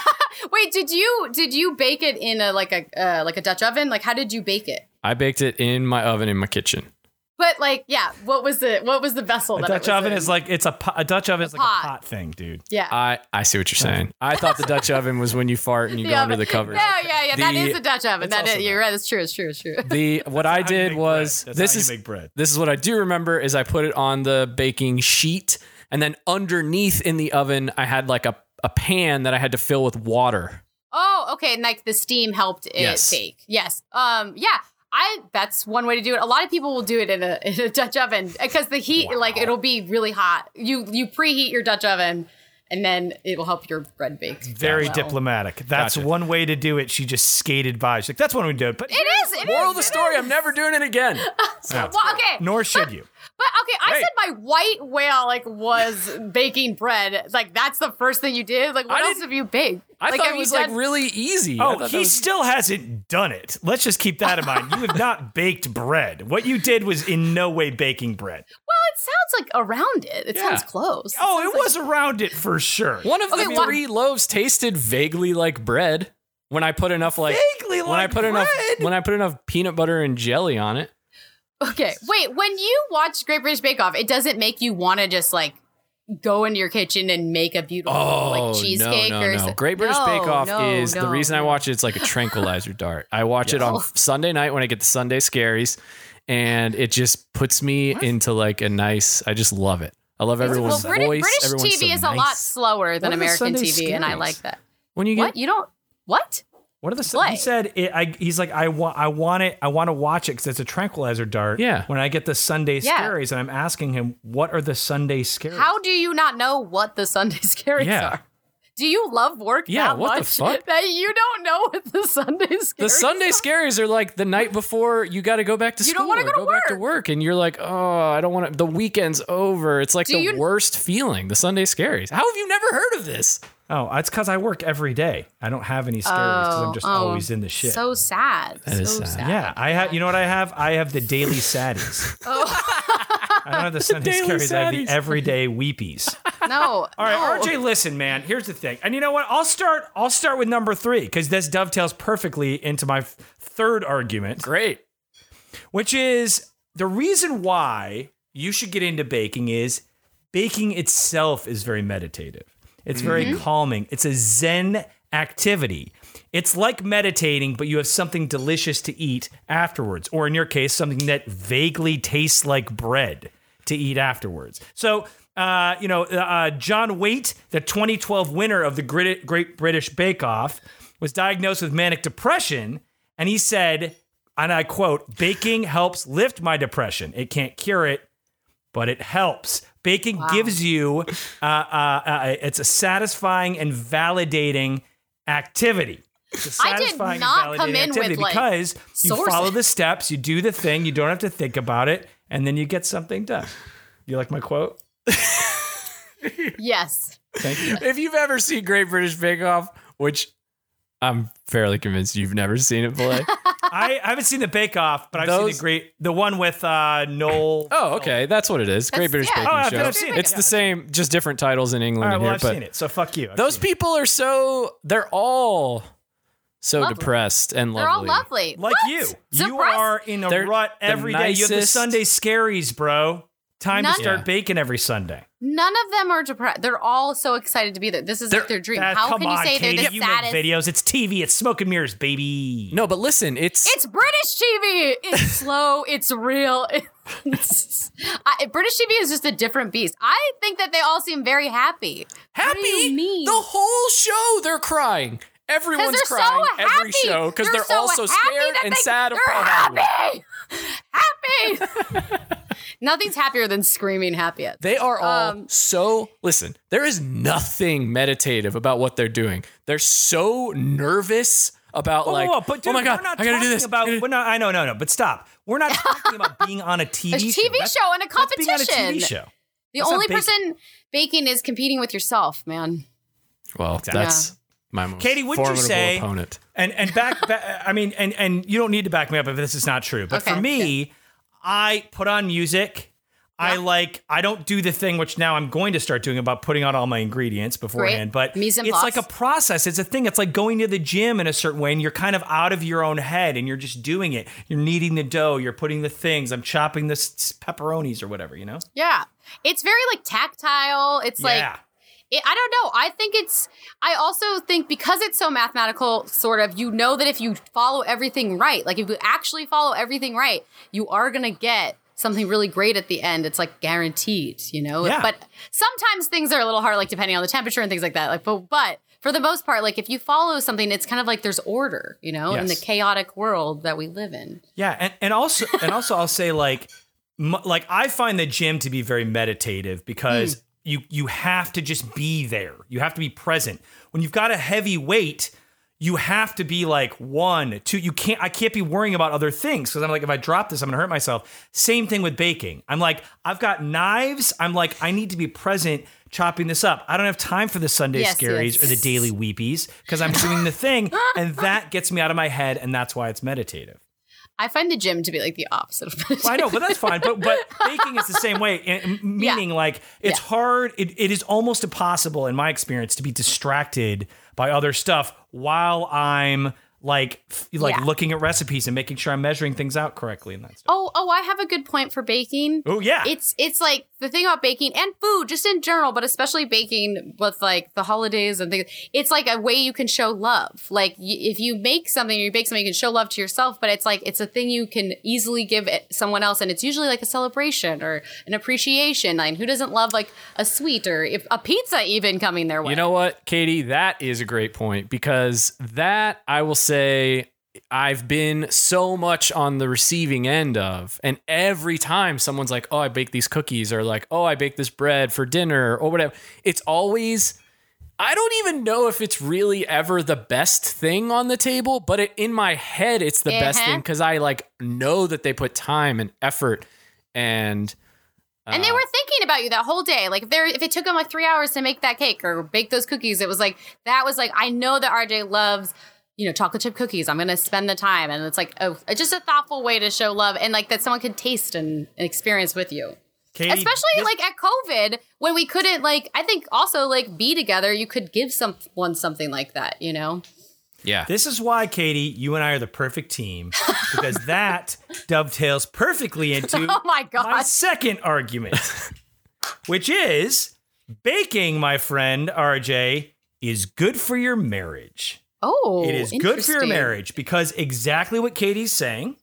C: wait, did you did you bake it in a like a uh, like a Dutch oven? Like, how did you bake it?
A: I baked it in my oven in my kitchen.
C: But like, yeah, what was the what was the vessel?
B: A
C: that it
B: Dutch
C: was
B: oven
C: in?
B: is like uh, it's a pot, a Dutch oven is like
C: pot.
B: a pot thing, dude.
C: yeah.
A: I, I see what you're saying. I thought the Dutch oven was when you fart and you
C: The
A: go
C: oven.
A: under the covers.
C: No, yeah, yeah. that
A: The-
C: is a Dutch oven.
B: it's
C: That
B: also
C: is, you're right. It's true. It's true. It's true.
A: The what I
B: you
A: did
B: make
A: was
B: bread.
A: this
B: That's how you
A: is
B: make bread.
A: this is what I do remember is I put it on the baking sheet and then underneath in the oven I had like a, a pan that I had to fill with water.
C: Oh, okay. And like the steam helped it
A: Yes.
C: bake. Yes. Um. Yeah. I that's one way to do it. A lot of people will do it in a in a Dutch oven because the heat, like it'll be really hot. You you preheat your Dutch oven, and then it will help your bread bake.
B: Very
C: well.
B: diplomatic. That's
A: Gotcha.
B: one way to do it. She just skated by. She's like, that's one way to do it. But
C: It is. It
A: Moral
C: is.
A: of the
C: it
A: story,
C: is.
A: I'm never doing it again.
C: Well, okay.
B: nor should you.
C: But okay, I
A: Hey.
C: said my white whale like was baking bread. It's Like that's the first thing you did. Like what
A: I
C: else
A: didn't-
C: have you baked?
A: I
C: like,
A: thought
C: have
A: it
C: you
A: was
C: done-
A: like really easy. I
B: Oh,
A: thought that
B: he
A: was-
B: still hasn't done it. Let's just keep that in mind. You have not baked bread. What you did was in no way baking bread.
C: Well, it sounds like around it. It sounds close.
B: Oh, it was around it for sure.
A: one of
C: Okay,
A: the
C: wha-
A: three loaves tasted vaguely like bread when I put enough like
B: Vaguely
A: when I
B: like
A: put enough
B: bread?
A: when I put enough peanut butter and jelly on it.
C: Okay, wait. When you watch Great British Bake Off, it doesn't make you want to just like go into your kitchen and make a beautiful
A: Oh
C: like cheesecake
A: no,
C: or
A: no, no!
C: something.
A: Great British
C: No,
A: Bake Off
C: no,
A: is the
C: no,
A: reason I
C: no.
A: watch it. It's like a tranquilizer dart. I watch it on Sunday night when I get the Sunday scaries, and it just puts me into like a nice. I just love it. I love
C: Well,
A: everyone's
C: British,
A: voice.
C: British
A: everyone's
C: TV
A: so
C: is a lot
A: nice.
C: slower than
B: What are the
C: American
B: Sunday
C: TV, and I
B: scaries?
C: like that.
A: When you get
C: What you don't? What?
B: What are the
C: Play.
B: he said? It, I, he's like, I want, I want it, I want to watch it because it's a tranquilizer dart.
A: Yeah.
B: When I get the Sunday
C: Yeah.
B: scaries, and I'm asking him, what are the Sunday scaries?
C: How do you not know what the Sunday scaries
A: Yeah.
C: are? Do you love work
A: Yeah,
C: that
A: what the
C: much
A: fuck?
C: that you don't know what the Sunday scaries?
A: the Sunday scaries are like the night before you got to go back to
C: You don't
A: school
C: wanna
A: or
C: go to
A: back to work, and you're like, oh, I don't want to. The weekend's over. It's like
C: Do
A: the
C: you-
A: worst feeling. The Sunday scaries. How have you never heard of this?
B: Oh, that's because I work every day. I don't have any scaries because I'm just
C: Oh, oh,
B: always in the shit.
C: So sad. so
A: is sad.
C: sad.
B: yeah, I have. You know what I have? I have the daily saddies. oh. I don't have the Sunday
A: daily
B: scaries. I have the
A: saddies.
B: everyday weepies.
C: No.
B: All right,
C: no.
B: RJ, listen, man. Here's the thing, and you know what? I'll start. I'll start with number three because this dovetails perfectly into my f- third argument.
A: Great.
B: which is the reason why you should get into baking is baking itself is very meditative. It's very calming. It's a zen activity. It's like meditating, but you have something delicious to eat afterwards, or in your case, something that vaguely tastes like bread to eat afterwards. So, uh, you know, uh, John Waite, the 2012 winner of the Grit- Great British Bake Off, was diagnosed with manic depression, and he said, and I quote, baking helps lift my depression. It can't cure it, but it helps. Baking gives you, uh, uh, uh, it's a satisfying and validating activity. It's a
C: I did
B: satisfying and
C: not come
B: validating
C: in with,
B: activity
C: like,
B: because you
C: sources.
B: follow the steps, you do the thing, you don't have to think about it, and then you get something done. You like my quote?
C: Yes.
B: Thank you.
A: if you've ever seen Great British Bake Off, which I'm fairly convinced you've never seen it play.
B: I, I haven't seen the Bake Off, but I've seen
A: Those-
B: the great, the one with uh, Noel.
A: oh, okay, that's what it is. Great
C: That's-
A: British
C: yeah.
A: Baking
B: Oh, I've-
A: Show.
B: I've seen it.
A: It's the same, just different titles in England
B: All right,
A: and
B: well,
A: here.
B: I've
A: but
B: seen it, so fuck you. I've
A: those
B: seen it.
A: people are so they're all so depressed and lovely.
C: They're all lovely.
B: like
C: What?
B: you, you
C: Surprise-
B: are in a
A: They're
B: rut
A: the
B: every day. You have the
A: nicest-
B: Sunday scaries, bro. time
C: None-
B: to start
A: Yeah.
B: baking every Sunday.
C: None of them are depressed. They're all so excited to be there. This is
A: They're-
C: like their dream.
B: Beth,
C: How
B: come
C: can you
B: on,
C: say
B: Katie,
C: they're the
B: you
C: saddest?
B: make videos. It's TV. It's smoke and mirrors, baby.
A: No, but listen, it's,
C: It's British TV. It's slow. It's real. It's, I, British TV is just a different beast. I think that they all seem very happy.
A: happy.
C: do you mean?
A: The whole show, they're crying. Everyone's
C: they're so
A: crying every
C: happy.
A: show because
C: They're
A: they're,
C: so
A: all so
C: happy
A: scared
C: that
A: and
C: they-
A: sad of
C: they're
A: Paul Hollywood.
C: happy. happy. Nothing's happier than screaming happy at.
A: They are all
C: Um,
A: so listen, there is nothing meditative about what they're doing. They're so nervous about
B: Whoa,
A: like
B: whoa, whoa, but dude,
A: oh my god,
B: we're not
A: I got to do
B: talking
A: this.
B: About,
A: I gotta-
B: we're not, I know, no, no, but stop. We're not talking about being on a TV
C: A TV
B: show. That's-
C: show and a
B: that's being on a TV
C: competition.
B: show.
C: The
B: That's not
C: only
B: baking.
C: person baking is competing with yourself, man.
A: well, that's my most
B: Katie, wouldn't you
A: formidable
B: say-
A: opponent.
B: And and back, ba- I mean, and and you don't need to back me up if this is not true. But
C: Okay,
B: for me, I put on music. I
C: Yeah.
B: like. I don't do the thing which now I'm going to start doing about putting on all my ingredients beforehand. But
C: Mise en
B: it's like a
C: place.
B: process. It's a thing. It's like going to the gym in a certain way, and you're kind of out of your own head, and you're just doing it. You're kneading the dough. You're putting the things. I'm chopping the s- s- pepperonis or whatever. You know.
C: Yeah. It's very like tactile. It's like
B: yeah.
C: it, I don't know. I think it's. I also think because it's so mathematical, sort of, you know that if you follow everything right, like if you actually follow everything right, you are gonna get something really great at the end. It's like guaranteed, you know.
B: Yeah.
C: But sometimes things are a little hard, like depending on the temperature and things like that. Like, but but for the most part, like if you follow something, it's kind of like there's order, you know, in the
B: Yes.
C: chaotic world that we live in.
B: Yeah, and, and also and also I'll say like m- like I find the gym to be very meditative because
C: Hmm.
B: you you have to just be there. You have to be present. When you've got a heavy weight, you have to be like one, two. You can't I can't be worrying about other things because I'm like if I drop this I'm going to hurt myself. Same thing with baking. I'm like I've got knives. I'm like I need to be present chopping this up. I don't have time for the Sunday
C: Yes,
B: scaries
C: yes.
B: or the daily weepies because I'm doing the thing and that gets me out of my head and that's why it's meditative.
C: I find the gym to be like the opposite of.
B: Well, I know, but that's fine. But but baking is the same way. and- and Meaning, like it's hard. It, it is almost impossible, in my experience, to be distracted by other stuff while I'm like f- like
C: Yeah.
B: looking at recipes and making sure I'm measuring things out correctly and that stuff.
C: Oh, oh, I have a good point for baking.
B: Oh yeah,
C: It's it's like the thing about baking and food, just in general, but especially baking with like the holidays and things. It's like a way you can show love. Like y- if you make something, or you bake something, you can show love to yourself. But it's like it's a thing you can easily give it someone else, and it's usually like a celebration or an appreciation. Like who doesn't love like a sweet or if a pizza even coming their way?
A: You know what, Katie? That is a great point because that I will say I've been so much on the receiving end of. And every time someone's like, oh, I bake these cookies or like, oh, I bake this bread for dinner or whatever, it's always. I don't even know if it's really ever the best thing on the table, but it, in my head, it's the best
C: Uh-huh.
A: thing because I like know that they put time and effort and
C: And
B: Uh-huh.
C: they were thinking about you that whole day. Like if there, if it took them like three hours to make that cake or bake those cookies, it was like that was like I know that RJ loves, you know, chocolate chip cookies. I'm gonna spend the time, and it's like oh, it's just a thoughtful way to show love and like that someone could taste and, and experience with you.
B: Katie,
C: Especially
B: this-
C: like at COVID when we couldn't like I think also like be together, you could give someone something like that, you know.
A: yeah.
B: This is why, Katie, you and I are the perfect team because that dovetails perfectly into
C: Oh my
B: my
C: gosh.
B: second argument, which is baking, my friend RJ, is good for your marriage.
C: oh,
B: it is good for your
C: interesting.
B: marriage because exactly what Katie's saying,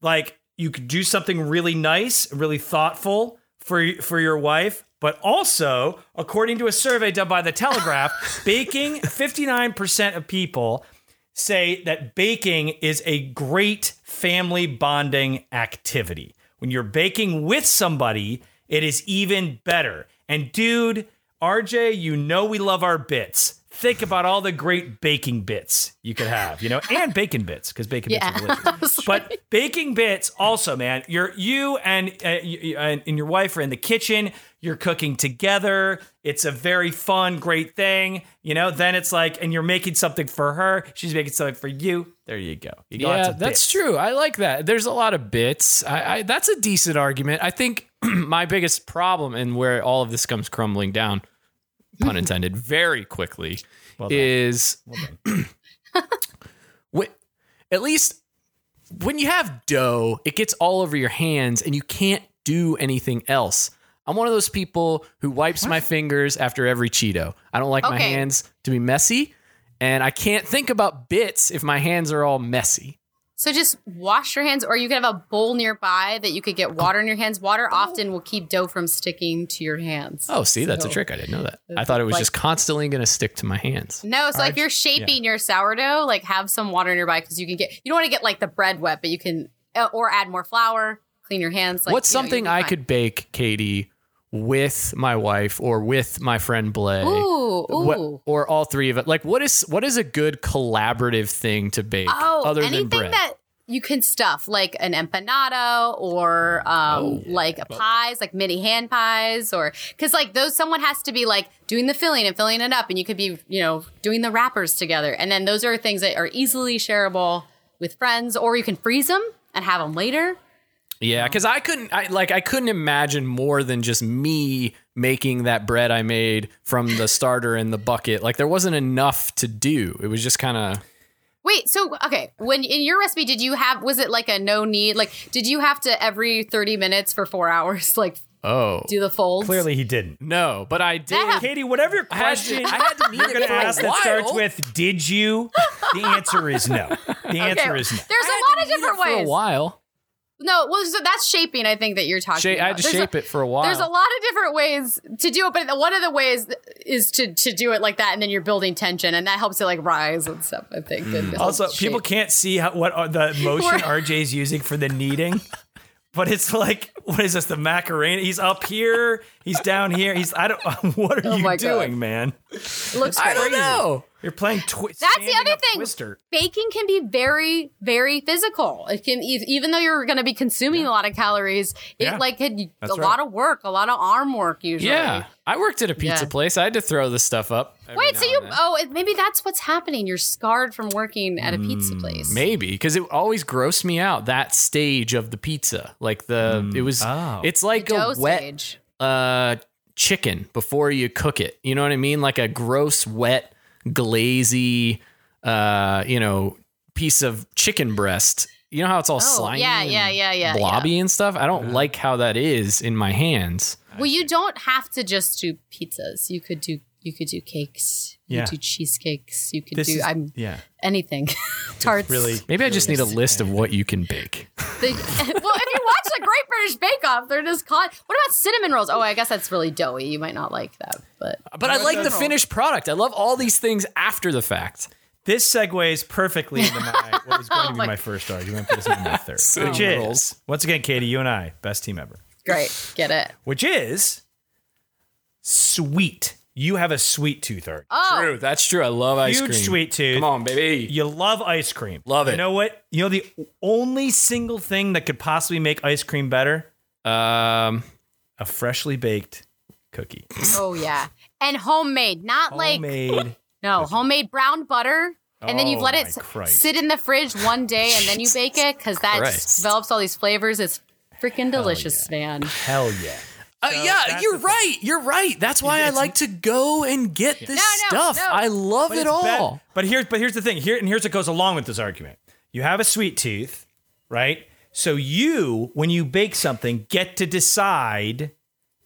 B: like you could do something really nice, really thoughtful for for your wife. But also, according to a survey done by the Telegraph, baking 59% of people say that baking is a great family bonding activity. When you're baking with somebody, it is even better. And dude, RJ, you know we love our bits. Think about all the great baking bits you could have, you know, and bacon bits because bacon bits are delicious. but baking bits also, man. You're you and uh, you, and and your wife are in the kitchen. You're cooking together. It's a very fun, great thing, you know. Then it's like, and you're making something for her. She's making something for you. There you go. You got
A: yeah,
B: some
A: that's
B: bits.
A: true. I like that. There's a lot of bits. I, I that's a decent argument. I think my biggest problem and where all of this comes crumbling down, pun intended, very quickly,
B: done.
A: is wh- at least when you have dough, it gets all over your hands and you can't do anything else. I'm one of those people who wipes my fingers after every Cheeto. I don't like my
C: Okay.
A: hands to be messy, and I can't think about bits if my hands are all messy.
C: So just wash your hands, or you could have a bowl nearby that you could get water in your hands. Water often will keep dough from sticking to your hands.
A: Oh, see, that's a
C: So- uh,
A: trick. I didn't know that. I thought it was
C: Like-
A: just constantly going to stick to my hands.
C: No, so like you're shaping your sourdough, like have some water nearby because you can get. You don't want to get like the bread wet, but you can, uh, or add more flour. Clean your hands. Like,
A: What's
C: you know,
A: something
C: you'll be
A: I
C: fine.
A: could bake, Katie, with my wife or with my friend Blay?
C: Ooh, ooh.
A: What- or all three of it. Like, what is what is a good collaborative thing to bake?
C: Oh,
A: other
C: anything
A: than bread?
C: that you can stuff like an empanada or um,
B: Oh,
C: like pies, like mini hand pies, or because like those, someone has to be like doing the filling and filling it up, and you could be, you know, doing the wrappers together. And then those are things that are easily shareable with friends, or you can freeze them and have them later.
A: yeah, because I couldn't. I like I couldn't imagine more than just me making that bread I made from the starter and the bucket. Like there wasn't enough to do. It was just kind of.
C: Wait, so okay, when in your recipe, did you have, was it like a no need? Like, did you have to every 30 minutes for four hours, like
A: Oh
C: do the folds?
B: Clearly, he didn't.
A: no, but I did.
C: That-
B: Katie, whatever
A: I had
B: question
A: to, I had to
B: you're
A: leave
B: going
A: it
B: to
A: for
B: ask
A: a
B: that starts
A: while.
B: with "Did you?" The answer is no. The answer
C: Okay,
B: is no.
C: There's
A: I
C: a
A: had to
C: lot of
A: leave it
C: different
A: for
C: ways.
A: a while.
C: No, well, so that's shaping. I think that you're talking.
A: Shape,
C: about.
A: I had to
C: There's
A: shape
C: a,
A: it for a while.
C: There's a lot of different ways to do it, but one of the ways is to to do it like that, and then you're building tension, and that helps it like rise and stuff. I
A: Hmm.
C: think. that the whole
B: Also, people
C: shape-
B: can't see how, what are the motion RJ's using for the kneading. But it's like, what is this? The Macarena? He's up here. He's down here. He's I don't. What are
C: Oh my
B: you
C: God.
B: doing, man?
C: It looks
A: I don't
C: great.
A: know.
B: You're playing twist.
C: That's the other thing.
B: Twister.
C: Baking can be very, very physical. It can, e- even though you're going to be consuming a lot of calories, it
B: Yeah.
C: like could, a
B: That's right.
C: lot of work, a lot of arm work usually.
A: Yeah, I worked at a pizza
C: Yeah.
A: place. I had to throw this stuff up. every
C: Wait, so
A: now
C: you?
A: and then.
C: Oh, it- maybe that's what's happening. You're scarred from working at a pizza
A: Hmm.
C: place.
A: Maybe because it always grossed me out that stage of the pizza, like the it was.
B: Oh.
A: It's like
C: Dough
A: a wet
C: stage.
A: uh, chicken before you cook it. You know what I mean? Like a gross, wet, glazy, uh, you know, piece of chicken breast. You know how it's all slimy,
C: Oh, yeah,
A: and
C: yeah, yeah, yeah, yeah.
A: blobby and stuff. I don't like how that is in my hands.
C: Well, you don't have to just do pizzas. You could do you could do cakes. You
B: Yeah.
C: could do cheesecakes. You could
B: This
C: do
B: is
C: I'm
B: yeah.
C: anything. Tarts.
B: Really.
A: Maybe I just need a list of what you can bake.
C: They- well, if you watch the Great British Bake Off, they're just caught. What about cinnamon rolls? Oh, I guess that's really doughy. You might not like that, but
B: Uh,
A: But I like the finished product. I love all these things after the fact.
B: This segues perfectly into my what was
C: Oh
B: going to be my, first argument, but it's now my third, which is
A: rolls.
B: once again, Katie, you and I, best team ever.
C: great. Get it?
B: Which is sweet. You have a sweet tooth, Art.
C: Oh,
A: True, that's true. I love ice
B: Huge
A: cream.
B: sweet tooth.
A: Come on, baby.
B: You love ice cream.
A: Love
B: You
A: it.
B: know what? You know the only single thing that could possibly make ice cream better?
A: Um,
B: A freshly baked cookie.
C: oh yeah, and homemade, not like
B: Homemade.
C: no homemade brown butter. And then you've
B: Oh,
C: let
B: my
C: it s-
B: Christ.
C: sit in the fridge one day, and then you bake it because that
A: Christ.
C: develops all these flavors. It's freaking delicious, man.
B: Hell yeah.
A: uh, yeah,
B: that's
A: you're
B: the thing.
A: right. You're right. That's why I like to go and get this
C: No, no,
A: stuff.
C: no.
A: I love it
B: It's bad.
A: all.
B: But here's but here's the thing. Here and here's what goes along with this argument. You have a sweet tooth, right? So you, when you bake something, get to decide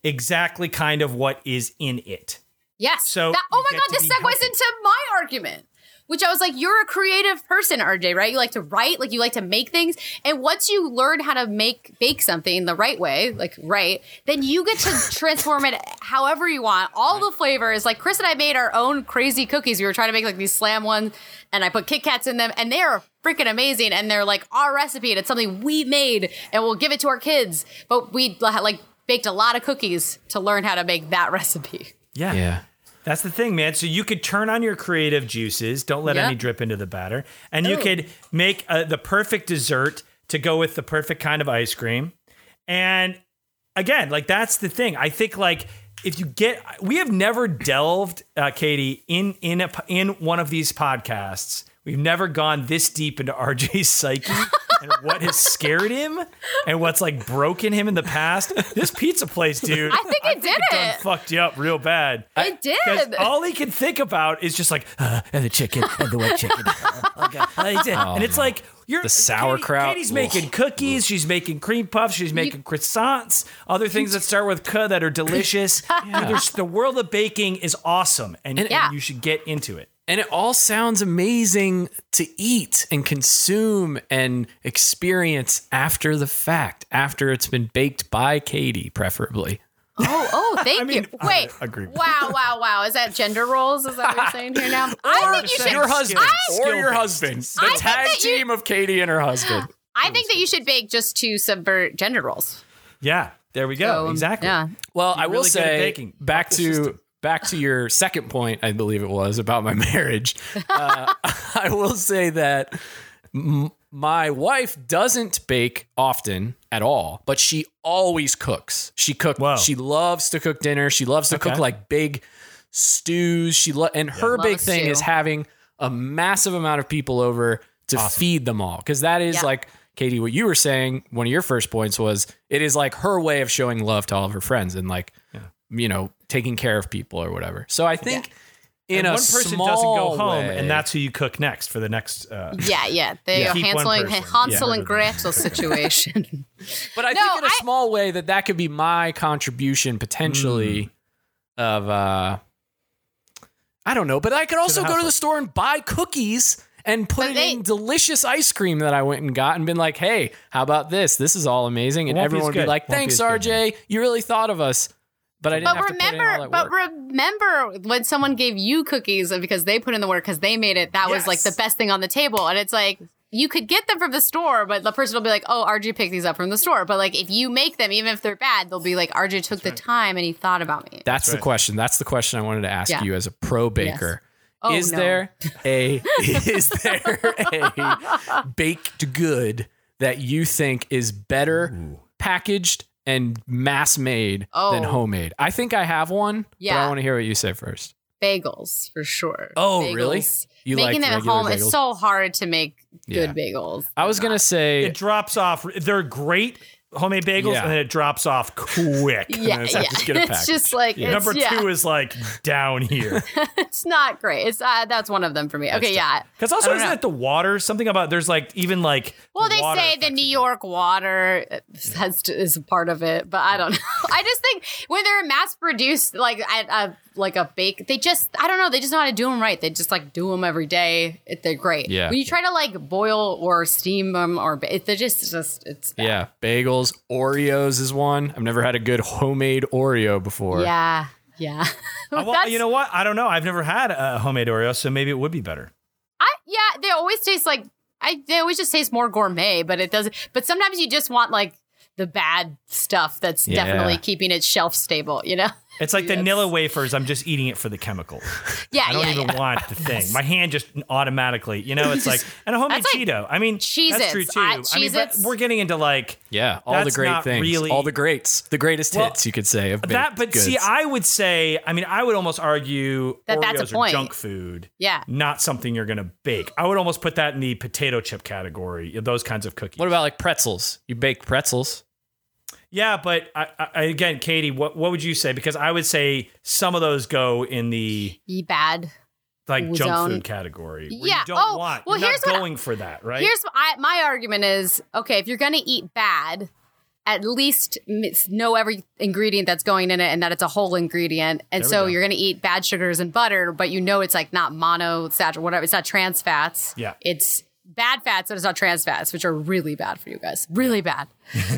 B: exactly kind of what is in it.
C: Yes.
B: So
C: that, oh
B: you
C: my
B: get
C: god,
B: to
C: this
B: be
C: segues
B: healthy.
C: into my argument, which I was like, you're a creative person, RJ, right? You like to write, like you like to make things, and once you learn how to make bake something the right way, like right, then you get to transform it however you want. All the flavors, like Chris and I made our own crazy cookies. We were trying to make like these slam ones, and I put Kit Kats in them, and they are freaking amazing. And they're like our recipe, and it's something we made, and we'll give it to our kids. But we like baked a lot of cookies to learn how to make that recipe.
B: Yeah.
A: Yeah.
B: That's the thing, man. So you could turn on your creative juices. Don't let
C: Yeah.
B: any drip into the batter. And you
C: Ooh.
B: could make uh, the perfect dessert to go with the perfect kind of ice cream. And again, like that's the thing. I think like if you get, we have never delved, uh, Katie, in in a, po- in one of these podcasts. We've never gone this deep into RJ's psyche and what has scared him and what's like broken him in the past. This pizza place, dude.
C: I think it did
B: done
C: it.
B: fucked you up real bad.
C: It
B: Because
C: did.
B: all he can think about is just like, uh, and the chicken, and the wet chicken. Uh, oh, God. Uh, he did. and it's like, You're,
A: The sauerkraut.
B: Katie- Katie's
A: Ugh.
B: making cookies. She's making cream puffs. She's making croissants. Other things that start with "k" that are delicious. Dude, there's- the world of baking is awesome, and, and
C: Yeah.
B: you should get into it.
A: And it all sounds amazing to eat and consume and experience after the fact, after it's been baked by Katie, preferably.
C: Oh, oh, thank
B: mean,
C: you.
B: I
C: Wait.
B: agree.
C: Wow, wow, wow. Is that gender roles? Is that what you're saying here now? I think you should.
A: Your husband
C: I,
A: or your husband.
B: Skill-based.
C: I
A: The
C: think
A: tag
C: that you-
A: team of Katie and her husband.
C: I think that you should bake just to subvert gender roles.
B: Yeah, there we go.
C: So, um,
B: exactly.
C: Yeah.
A: Well, I will
B: really good at
A: say
B: baking.
A: back to back to your second point, I believe it was about my marriage. Uh, I will say that m- my wife doesn't bake often at all, but she always cooks. She cook.
B: Whoa.
A: She loves to cook dinner. She loves to cook
B: Okay.
A: like big stews. She lo- and her
C: Love a
A: big thing
C: stew.
A: is having a massive amount of people over to feed them all because that is
C: Yeah.
A: like Katie, what you were saying. One of your first points was it is like her way of showing love to all of her friends and like you know taking care of people or whatever. So I think in
B: And
A: a
B: one person
A: small
B: doesn't go home,
A: way-
B: and that's who you cook next for the next. Uh,
C: Yeah, yeah. They
B: Yeah.
C: are
B: Keep one
C: Hansel and,
B: person.
C: Hansel
B: Yeah.
C: and Gretel situation.
A: But I
C: No,
A: think in a
C: I-
A: small way that that could be my contribution potentially
B: Hmm.
A: of uh I don't know, but I could also go to the
B: household.
A: store and buy cookies and put
C: But
A: it
C: they-
A: in delicious ice cream that I went and got and been like, "Hey, how about this? This is all amazing." And
B: Won't be as
A: everyone would be
B: good.
A: like,
B: Won't be as
A: "Thanks,
B: good,
A: RJ. You really thought of us." But I didn't have
C: but
A: to put in all
C: remember,
A: that
C: but
A: work.
C: remember when someone gave you cookies and because they put in the work because they made it, that was like
B: Yes.
C: the best thing on the table. And it's like you could get them from the store, but the person will be like, "Oh, RJ picked these up from the store." But like if you make them, even if they're bad, they'll be like, "RJ took the time and he thought about me."
A: That's, the
B: right.
A: question. That's the question I wanted to ask
C: Yeah.
A: you as a pro baker.
C: Oh,
A: is
C: no.
A: there a is there a baked good that you think is better packaged and mass made than
C: Oh.
A: homemade? I think I have one, but I
C: Yeah.
A: want to hear what you say first.
C: bagels for sure.
A: Oh,
C: Bagels.
A: really? You
C: Making
A: like
C: them at
A: regular
C: home
A: bagels?
C: it's so hard to make
A: Yeah.
C: good bagels.
A: I was gonna say
B: it drops off. They're great homemade bagels,
A: Yeah.
B: and then it drops off quick.
C: yeah,
A: it's
C: yeah.
A: like, just get a
C: it's just
A: package.
C: like it's,
B: Number
C: yeah,
B: two is like down here.
C: it's not great. It's uh, that's one of them for me. Okay, yeah.
B: Because
C: I
B: also
C: don't
B: isn't
C: know.
B: it the water? Something about there's like even like
C: Well, they
B: water
C: say the
B: affects
C: New
B: it.
C: York water has to, is a part of it, but I don't know. I just think when they're mass produced, like at a like a bake, they just I don't know. They just know how to do them right. They just like do them every day. It- They're great.
A: Yeah.
C: When you try to like boil or steam them or ba- it, they're just it's just it's bad.
A: yeah, bagels, Oreos is one. I've never had a good homemade Oreo before.
C: yeah yeah.
B: I want-
C: That's-
B: you know what? I don't know. I've never had a homemade Oreo, so maybe it would be better.
C: I yeah, they always taste like I they always just taste more gourmet, but it doesn't but sometimes you just want like the bad stuff that's
A: Yeah.
C: definitely keeping it shelf stable, you know?
B: It's like the Nilla wafers. I'm just eating it for the chemical.
C: Yeah,
B: I don't
C: yeah,
B: even
C: yeah.
B: want the thing. My hand just automatically, you know, it's like and a homemade
C: That's like
B: Cheeto. I mean, that's
C: Cheez-Its.
B: true too.
C: I-
B: I mean, but
C: Cheez-Its.
B: we're getting into like
A: Yeah, all
B: That's
A: the great
B: not
A: things,
B: really-
A: all the greats, the greatest
B: Well,
A: hits you could say of
B: that.
A: baked
B: But see,
A: goods.
B: I would say, I mean, I would almost argue
C: That
B: Oreos
C: that's a
B: are
C: point.
B: junk food.
C: Yeah.
B: Not something you're gonna bake. I would almost put that in the potato chip category. Those kinds of cookies.
A: what about like pretzels? You bake pretzels.
B: Yeah, but I, I, again, Katie, what what would you say? Because I would say some of those go in the
C: Ye bad.
B: like
C: Zone.
B: junk food category. where
C: Yeah.
B: you don't
C: Oh,
B: want.
C: well,
B: You're
C: here's
B: not
C: what-
B: going for that, right?
C: Here's I, my argument is okay, if you're going to eat bad, at least m- know every ingredient that's going in it and that it's a whole ingredient. And
B: There we
C: so
B: go.
C: you're going to eat bad sugars and butter, but you know it's like not monosaturated, whatever. It's not trans fats.
B: Yeah.
C: It's bad fats, but it's not trans fats, which are really bad for you guys. Really bad.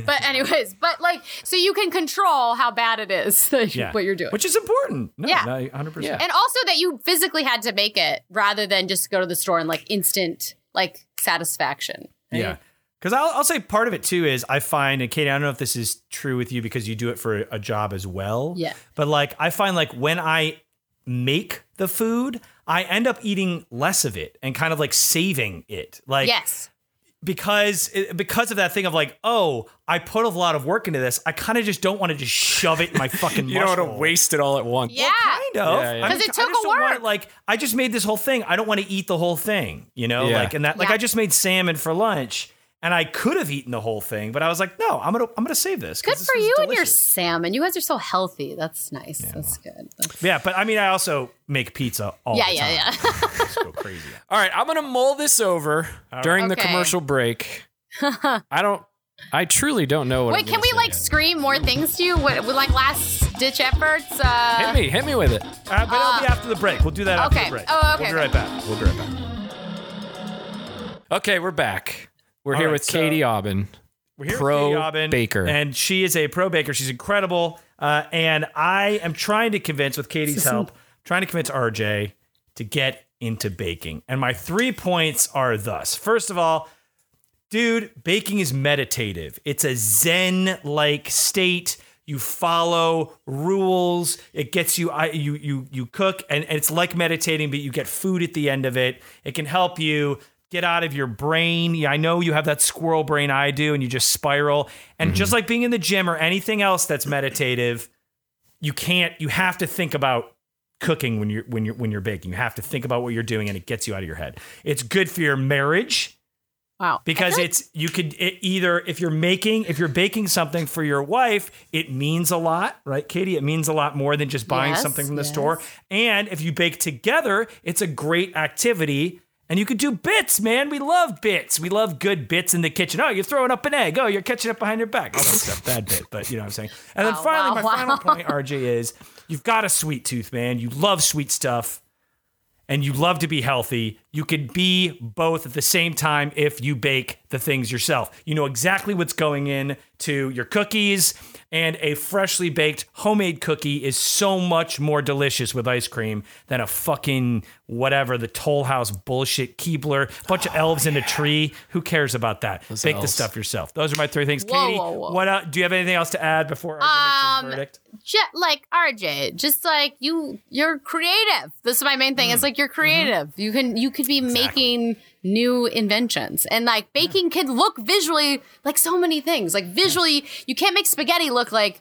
C: but, anyways, but like, so you can control how bad it is, like,
B: yeah.
C: what you're doing.
B: which is important. No,
C: Yeah.
B: yeah, hundred percent.
A: Yeah.
C: And also that you physically had to make it rather than just go to the store and like instant like satisfaction.
B: Yeah. Because I'll, I'll say part of it too is I find, and Katie, I don't know if this is true with you because you do it for a job as well.
C: Yeah.
B: But like, I find like when I make the food, I end up eating less of it and kind of like saving it. Like,
C: yes.
B: because eh, because of that thing of like, oh, I put a lot of work into this. I kind of just don't want to just shove it in my fucking.
A: You don't
B: want
A: want to waste it all at once.
C: Yeah.
B: Kind of,
A: Yeah, yeah.
B: I mean,
C: 'Cause Ah! it
B: I
C: took
B: just
C: a
B: don't want
C: work.
B: it, like I just made this whole thing. I don't want to eat the whole thing, you know.
A: Yeah.
B: Like and that, like
C: Yeah.
B: I just made salmon for lunch, and I could have eaten the whole thing, but I was like, no, I'm gonna I'm gonna save this. 'cause
C: Good
B: this
C: for
B: was
C: you and your
B: delicious.
C: salmon. You guys are so healthy. That's nice. That's good. That's-
B: Yeah, but I mean, I also make pizza all
C: yeah,
B: the
C: yeah,
B: time.
C: yeah.
B: Just go crazy.
A: All right, I'm gonna mull this over during the
C: Okay.
A: commercial break. I don't. I truly don't know what.
C: Wait,
A: I'm
C: can we
A: gonna
C: like scream more things to you? What, with like last ditch efforts?
A: say.
C: Uh,
A: hit me? Hit me with it.
B: Uh, but it'll be after the break. We'll do that after
C: okay.
B: the break.
C: Oh, okay,
B: We'll be right back. We'll be right back.
A: Okay, we're back. We're
B: All
A: here
B: right,
A: with
B: so-
A: Katie Aubin.
B: We're here
A: Pro
B: with Katie Aubin,
A: baker.
B: and she is a pro baker. She's incredible, uh, and I am trying to convince, with Katie's help, trying to convince RJ to get into baking. And my three points are thus: first of all, dude, baking is meditative. It's a zen-like state. You follow rules. It gets you. I you you you cook, and, and it's like meditating, but you get food at the end of it. It can help you get out of your brain. Yeah, I know you have that squirrel brain I do, and you just spiral. And just like being in the gym or anything else that's meditative, you can't. You have to think about cooking when you're when you're when you're baking. You have to think about what you're doing, and it gets you out of your head. It's good for your marriage
C: Wow.
B: because it's you could it either if you're making if you're baking something for your wife it means a lot right katie it means a lot more than just buying
C: Yes,
B: something from the
C: yes.
B: store and if you bake together it's a great activity and you could do bits man we love bits we love good bits in the kitchen oh you're throwing up an egg oh you're catching it behind your back all that stuff bad bit but you know what i'm saying and then
C: Wow,
B: finally
C: Oh, wow,
B: my final
C: wow.
B: point rj is you've got a sweet tooth man you love sweet stuff and you love to be healthy, you can be both at the same time if you bake the things yourself. You know exactly what's going in to your cookies, and a freshly baked homemade cookie is so much more delicious with ice cream than a fucking whatever the Toll House bullshit Keebler, bunch of elves in a tree. Who cares about that? bake the
A: elves.
B: stuff yourself. Those are my three things.
C: Whoa,
B: Katie,
C: whoa, whoa.
B: what el- do you have anything else to add before I give
C: Um,
B: this verdict?
C: Ju- like RJ, just like you, you're creative. This is my main thing.
B: Mm.
C: It's like you're
B: Mm-hmm.
C: creative. You can you could be making new inventions, and like baking can look visually like so many things. Like visually, you can't make spaghetti look like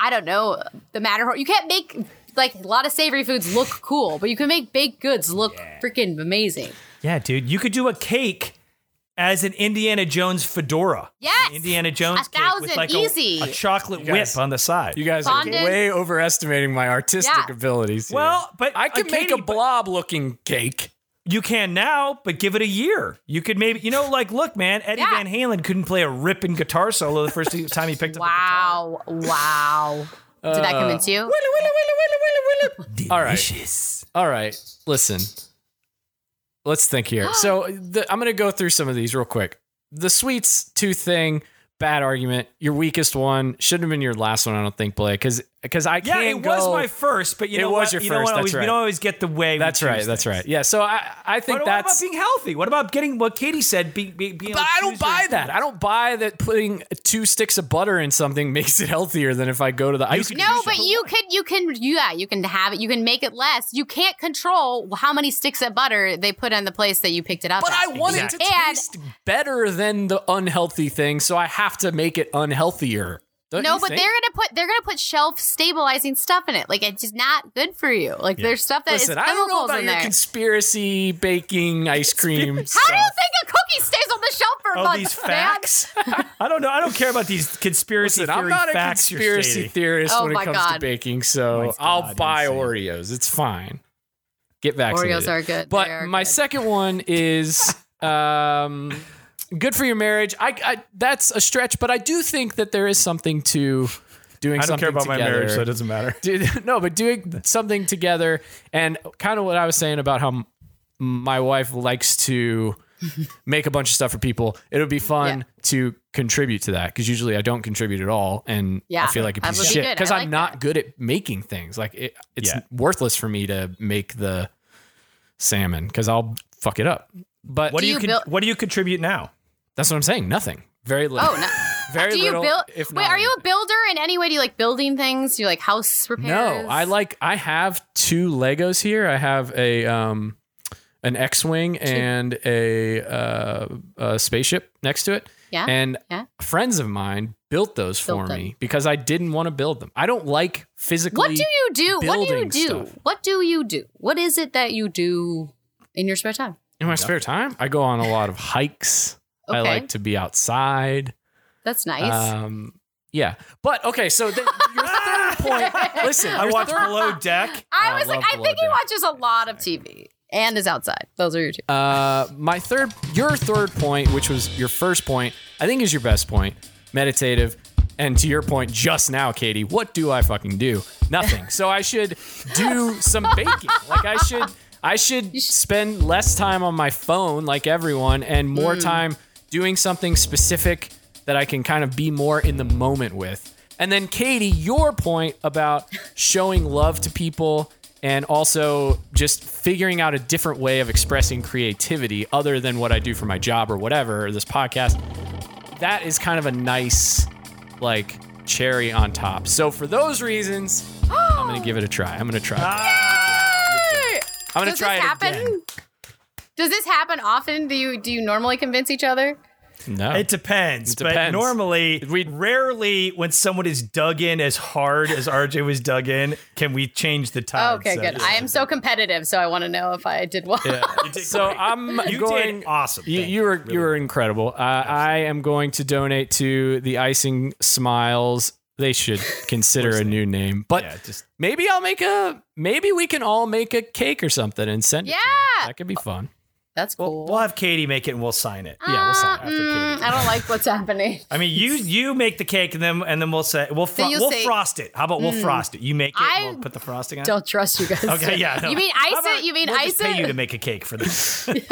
C: I don't know the Matterhorn. You can't make like a lot of savory foods look cool, but you can make baked goods look freaking amazing.
B: Yeah, dude, you could do a cake as an Indiana Jones fedora.
C: Yes!
B: An Indiana Jones
C: A
B: cake with
C: thousand,
B: like a-
C: easy.
B: A, chocolate
A: guys-
B: whip on the side.
A: You guys
C: Fondant?
A: are way overestimating my artistic
C: Yeah.
A: abilities. here.
B: Well, but,
A: I
B: uh,
A: can make
B: Katie,
A: a
B: but-
A: blob-looking cake.
B: you can now, but give it a year. You could maybe, you know, like look, man, Eddie
C: Yeah.
B: Van Halen couldn't play a ripping guitar solo the first time he picked up a guitar. Uh,
C: Wow, wow. Did that convince you?
A: All right. All right. Listen. Let's think here. So the, I'm going to go through some of these real quick. The sweets tooth thing, bad argument. Your weakest one shouldn't have been your last one. I don't think, Blake, because because I
B: Yeah,
A: can't
B: it was
A: go-
B: my first, but you
A: It
B: know
A: was
B: what?
A: your
B: you don't
A: first, that's
B: always,
A: right.
B: We don't always get the way. we
A: That's right.
B: choose
A: That's
B: things.
A: right. Yeah. So I I
B: But
A: think
B: what
A: that's
B: about being healthy? What about getting what Katie said? Be, be, being
A: But
B: able to
A: I don't
B: choose your-
A: buy that. I don't buy that putting two sticks of butter in something makes it healthier than if I go to the ice cream.
C: No,
A: shop.
C: but you can you can yeah, you can have it. You can make it less. You can't control how many sticks of butter they put on the place that you picked it up.
A: But I
C: at.
A: want it to
C: And-
A: taste better than the unhealthy thing, so I have to make it unhealthier. Don't
C: No,
A: you
C: but
A: think?
C: they're gonna put they're gonna put shelf stabilizing stuff in it. Like it's just not good for you. Like there's stuff that is
A: Listen, I don't know
C: chemicals
A: about
C: in
A: your
C: there.
A: conspiracy baking ice cream.
C: how do you
A: stuff.
C: think a cookie stays on the shelf for
B: Oh,
C: months?
B: these
C: man?
B: facts. I don't know. I don't care about these conspiracy
A: Listen,
B: theory
A: I'm not a
B: facts you're
A: conspiracy
B: stating.
A: theorist
C: Oh
A: when it
C: my
A: comes to
C: God.
A: baking, so
B: my
A: I'll
B: God,
A: buy
B: insane.
A: Oreos. It's fine. Get vaccinated.
C: Oreos are good.
A: But
C: They are
A: my
C: good.
A: second one is um, good for your marriage. I, I that's a stretch, but I do think that there is something to doing
B: I don't
A: something
B: care about
A: together.
B: my marriage, so it doesn't matter.
A: Dude, no, but doing something together and kind of what I was saying about how m- my wife likes to make a bunch of stuff for people. It would be fun
C: Yeah.
A: to contribute to that because usually I don't contribute at all, and I
C: Yeah,
A: feel like a
C: that
A: piece of
C: would be
A: shit
C: good.
A: because
C: I
A: I'm
C: like
A: not good at making things. Like it, it's
B: Yeah.
A: worthless for me to make the salmon because I'll fuck it up. But
B: What do,
C: Do
B: you,
C: you
B: con-
C: build-
B: What do you contribute now?
A: that's what I'm saying. Nothing. Very little.
C: Oh no.
A: Very
C: do you
A: little.
C: build?
A: If
C: wait,
A: not
C: are you
A: anything.
C: a builder in any way? Do you like building things? Do you like house repairs?
A: No, I like I have two Legos here. I have a um an X-wing and a uh a spaceship next to it.
C: Yeah,
A: And
C: yeah.
A: friends of mine built those
C: Built
A: for
C: them.
A: me because I didn't want to build them. I don't like physically
C: What do you do? What do you
A: building
C: do?
A: stuff.
C: What do you do? What is it that you do in your spare time?
A: in my spare time. I go on a lot of hikes. I
C: Okay.
A: like to be outside.
C: That's nice.
B: Uh,
A: Um, yeah. But okay, so the, your third point. Listen,
B: I
A: your
B: watch
A: third-
B: Below Deck.
A: Oh,
C: I
A: I
C: was like,
A: love
C: I
A: Below
C: think he
A: Deck.
C: watches a lot of TV and is outside. Those are your two.
A: Uh, my third, your third point, which was your first point, I think is your best point. Meditative. And to your point just now, Katie, what do I fucking do? Nothing. So I should do some baking. Like I should, I should spend less time on my phone, like everyone, and more time doing something specific that I can kind of be more in the moment with. And then Katie, your point about showing love to people and also just figuring out a different way of expressing creativity other than what I do for my job or whatever, or this podcast. That is kind of a nice like cherry on top. So for those reasons, I'm going to give it a try. I'm going to try.
B: Ah.
A: I'm going to
C: Does
A: try
C: this
A: it
C: happen?
A: again.
C: Does this happen often? Do you do you normally convince each other?
A: No.
B: It depends,
A: It depends.
B: but normally, we
A: We-
B: rarely when someone is dug in as hard as RJ was dug in, can we change the
C: Oh,
B: time.
C: okay,
B: So-
C: good. I am so competitive, so I want to know if I did well.
B: You did
A: so
B: great.
A: I'm
B: you
A: going
B: did awesome.
A: You,
B: Thank
A: you were you were incredible. Uh, I am going to donate to the Icing Smiles. They should consider a new name, but
B: Yeah, just-
A: maybe I'll make a maybe we can all make a cake or something and send. it to
C: Yeah.
A: them. that could be fun.
C: That's cool.
B: We'll have Katie make it and we'll sign it.
A: Yeah, we'll sign
C: Uh,
A: after
C: mm,
A: Katie.
C: I don't like what's happening.
B: I mean, you you make the cake and then and then we'll say we'll fro-
C: So you'll
B: we'll
C: say- mm.
B: frost it. How about we'll frost it? You make it.
C: I
B: and we'll put the frosting on. it?
C: Don't trust you guys.
B: Okay, yeah. no.
C: You mean
B: How
C: ice
B: about
C: it? You mean
B: we'll
C: ice
B: just pay you to
C: it?
B: make a cake for this.
C: It's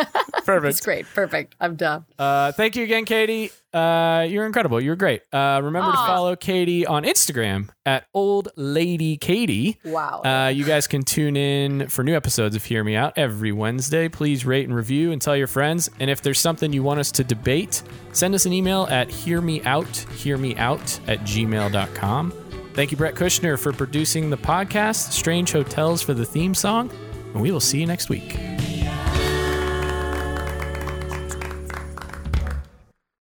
A: Perfect.
C: great. Perfect. I'm done.
A: Uh, thank you again, Katie. Uh, you're incredible. You're great. Uh, remember to
C: Aw.
A: follow Katie on Instagram at old lady Katie.
C: Wow.
A: Uh, you guys can tune in for new episodes of Hear Me Out every Wednesday. Please rate and review and tell your friends. And if there's something you want us to debate, send us an email at hearmeout, hearmeout at gmail.com. Thank you, Brett Kushner, for producing the podcast, Strange Hotels for the theme song, and we will see you next week.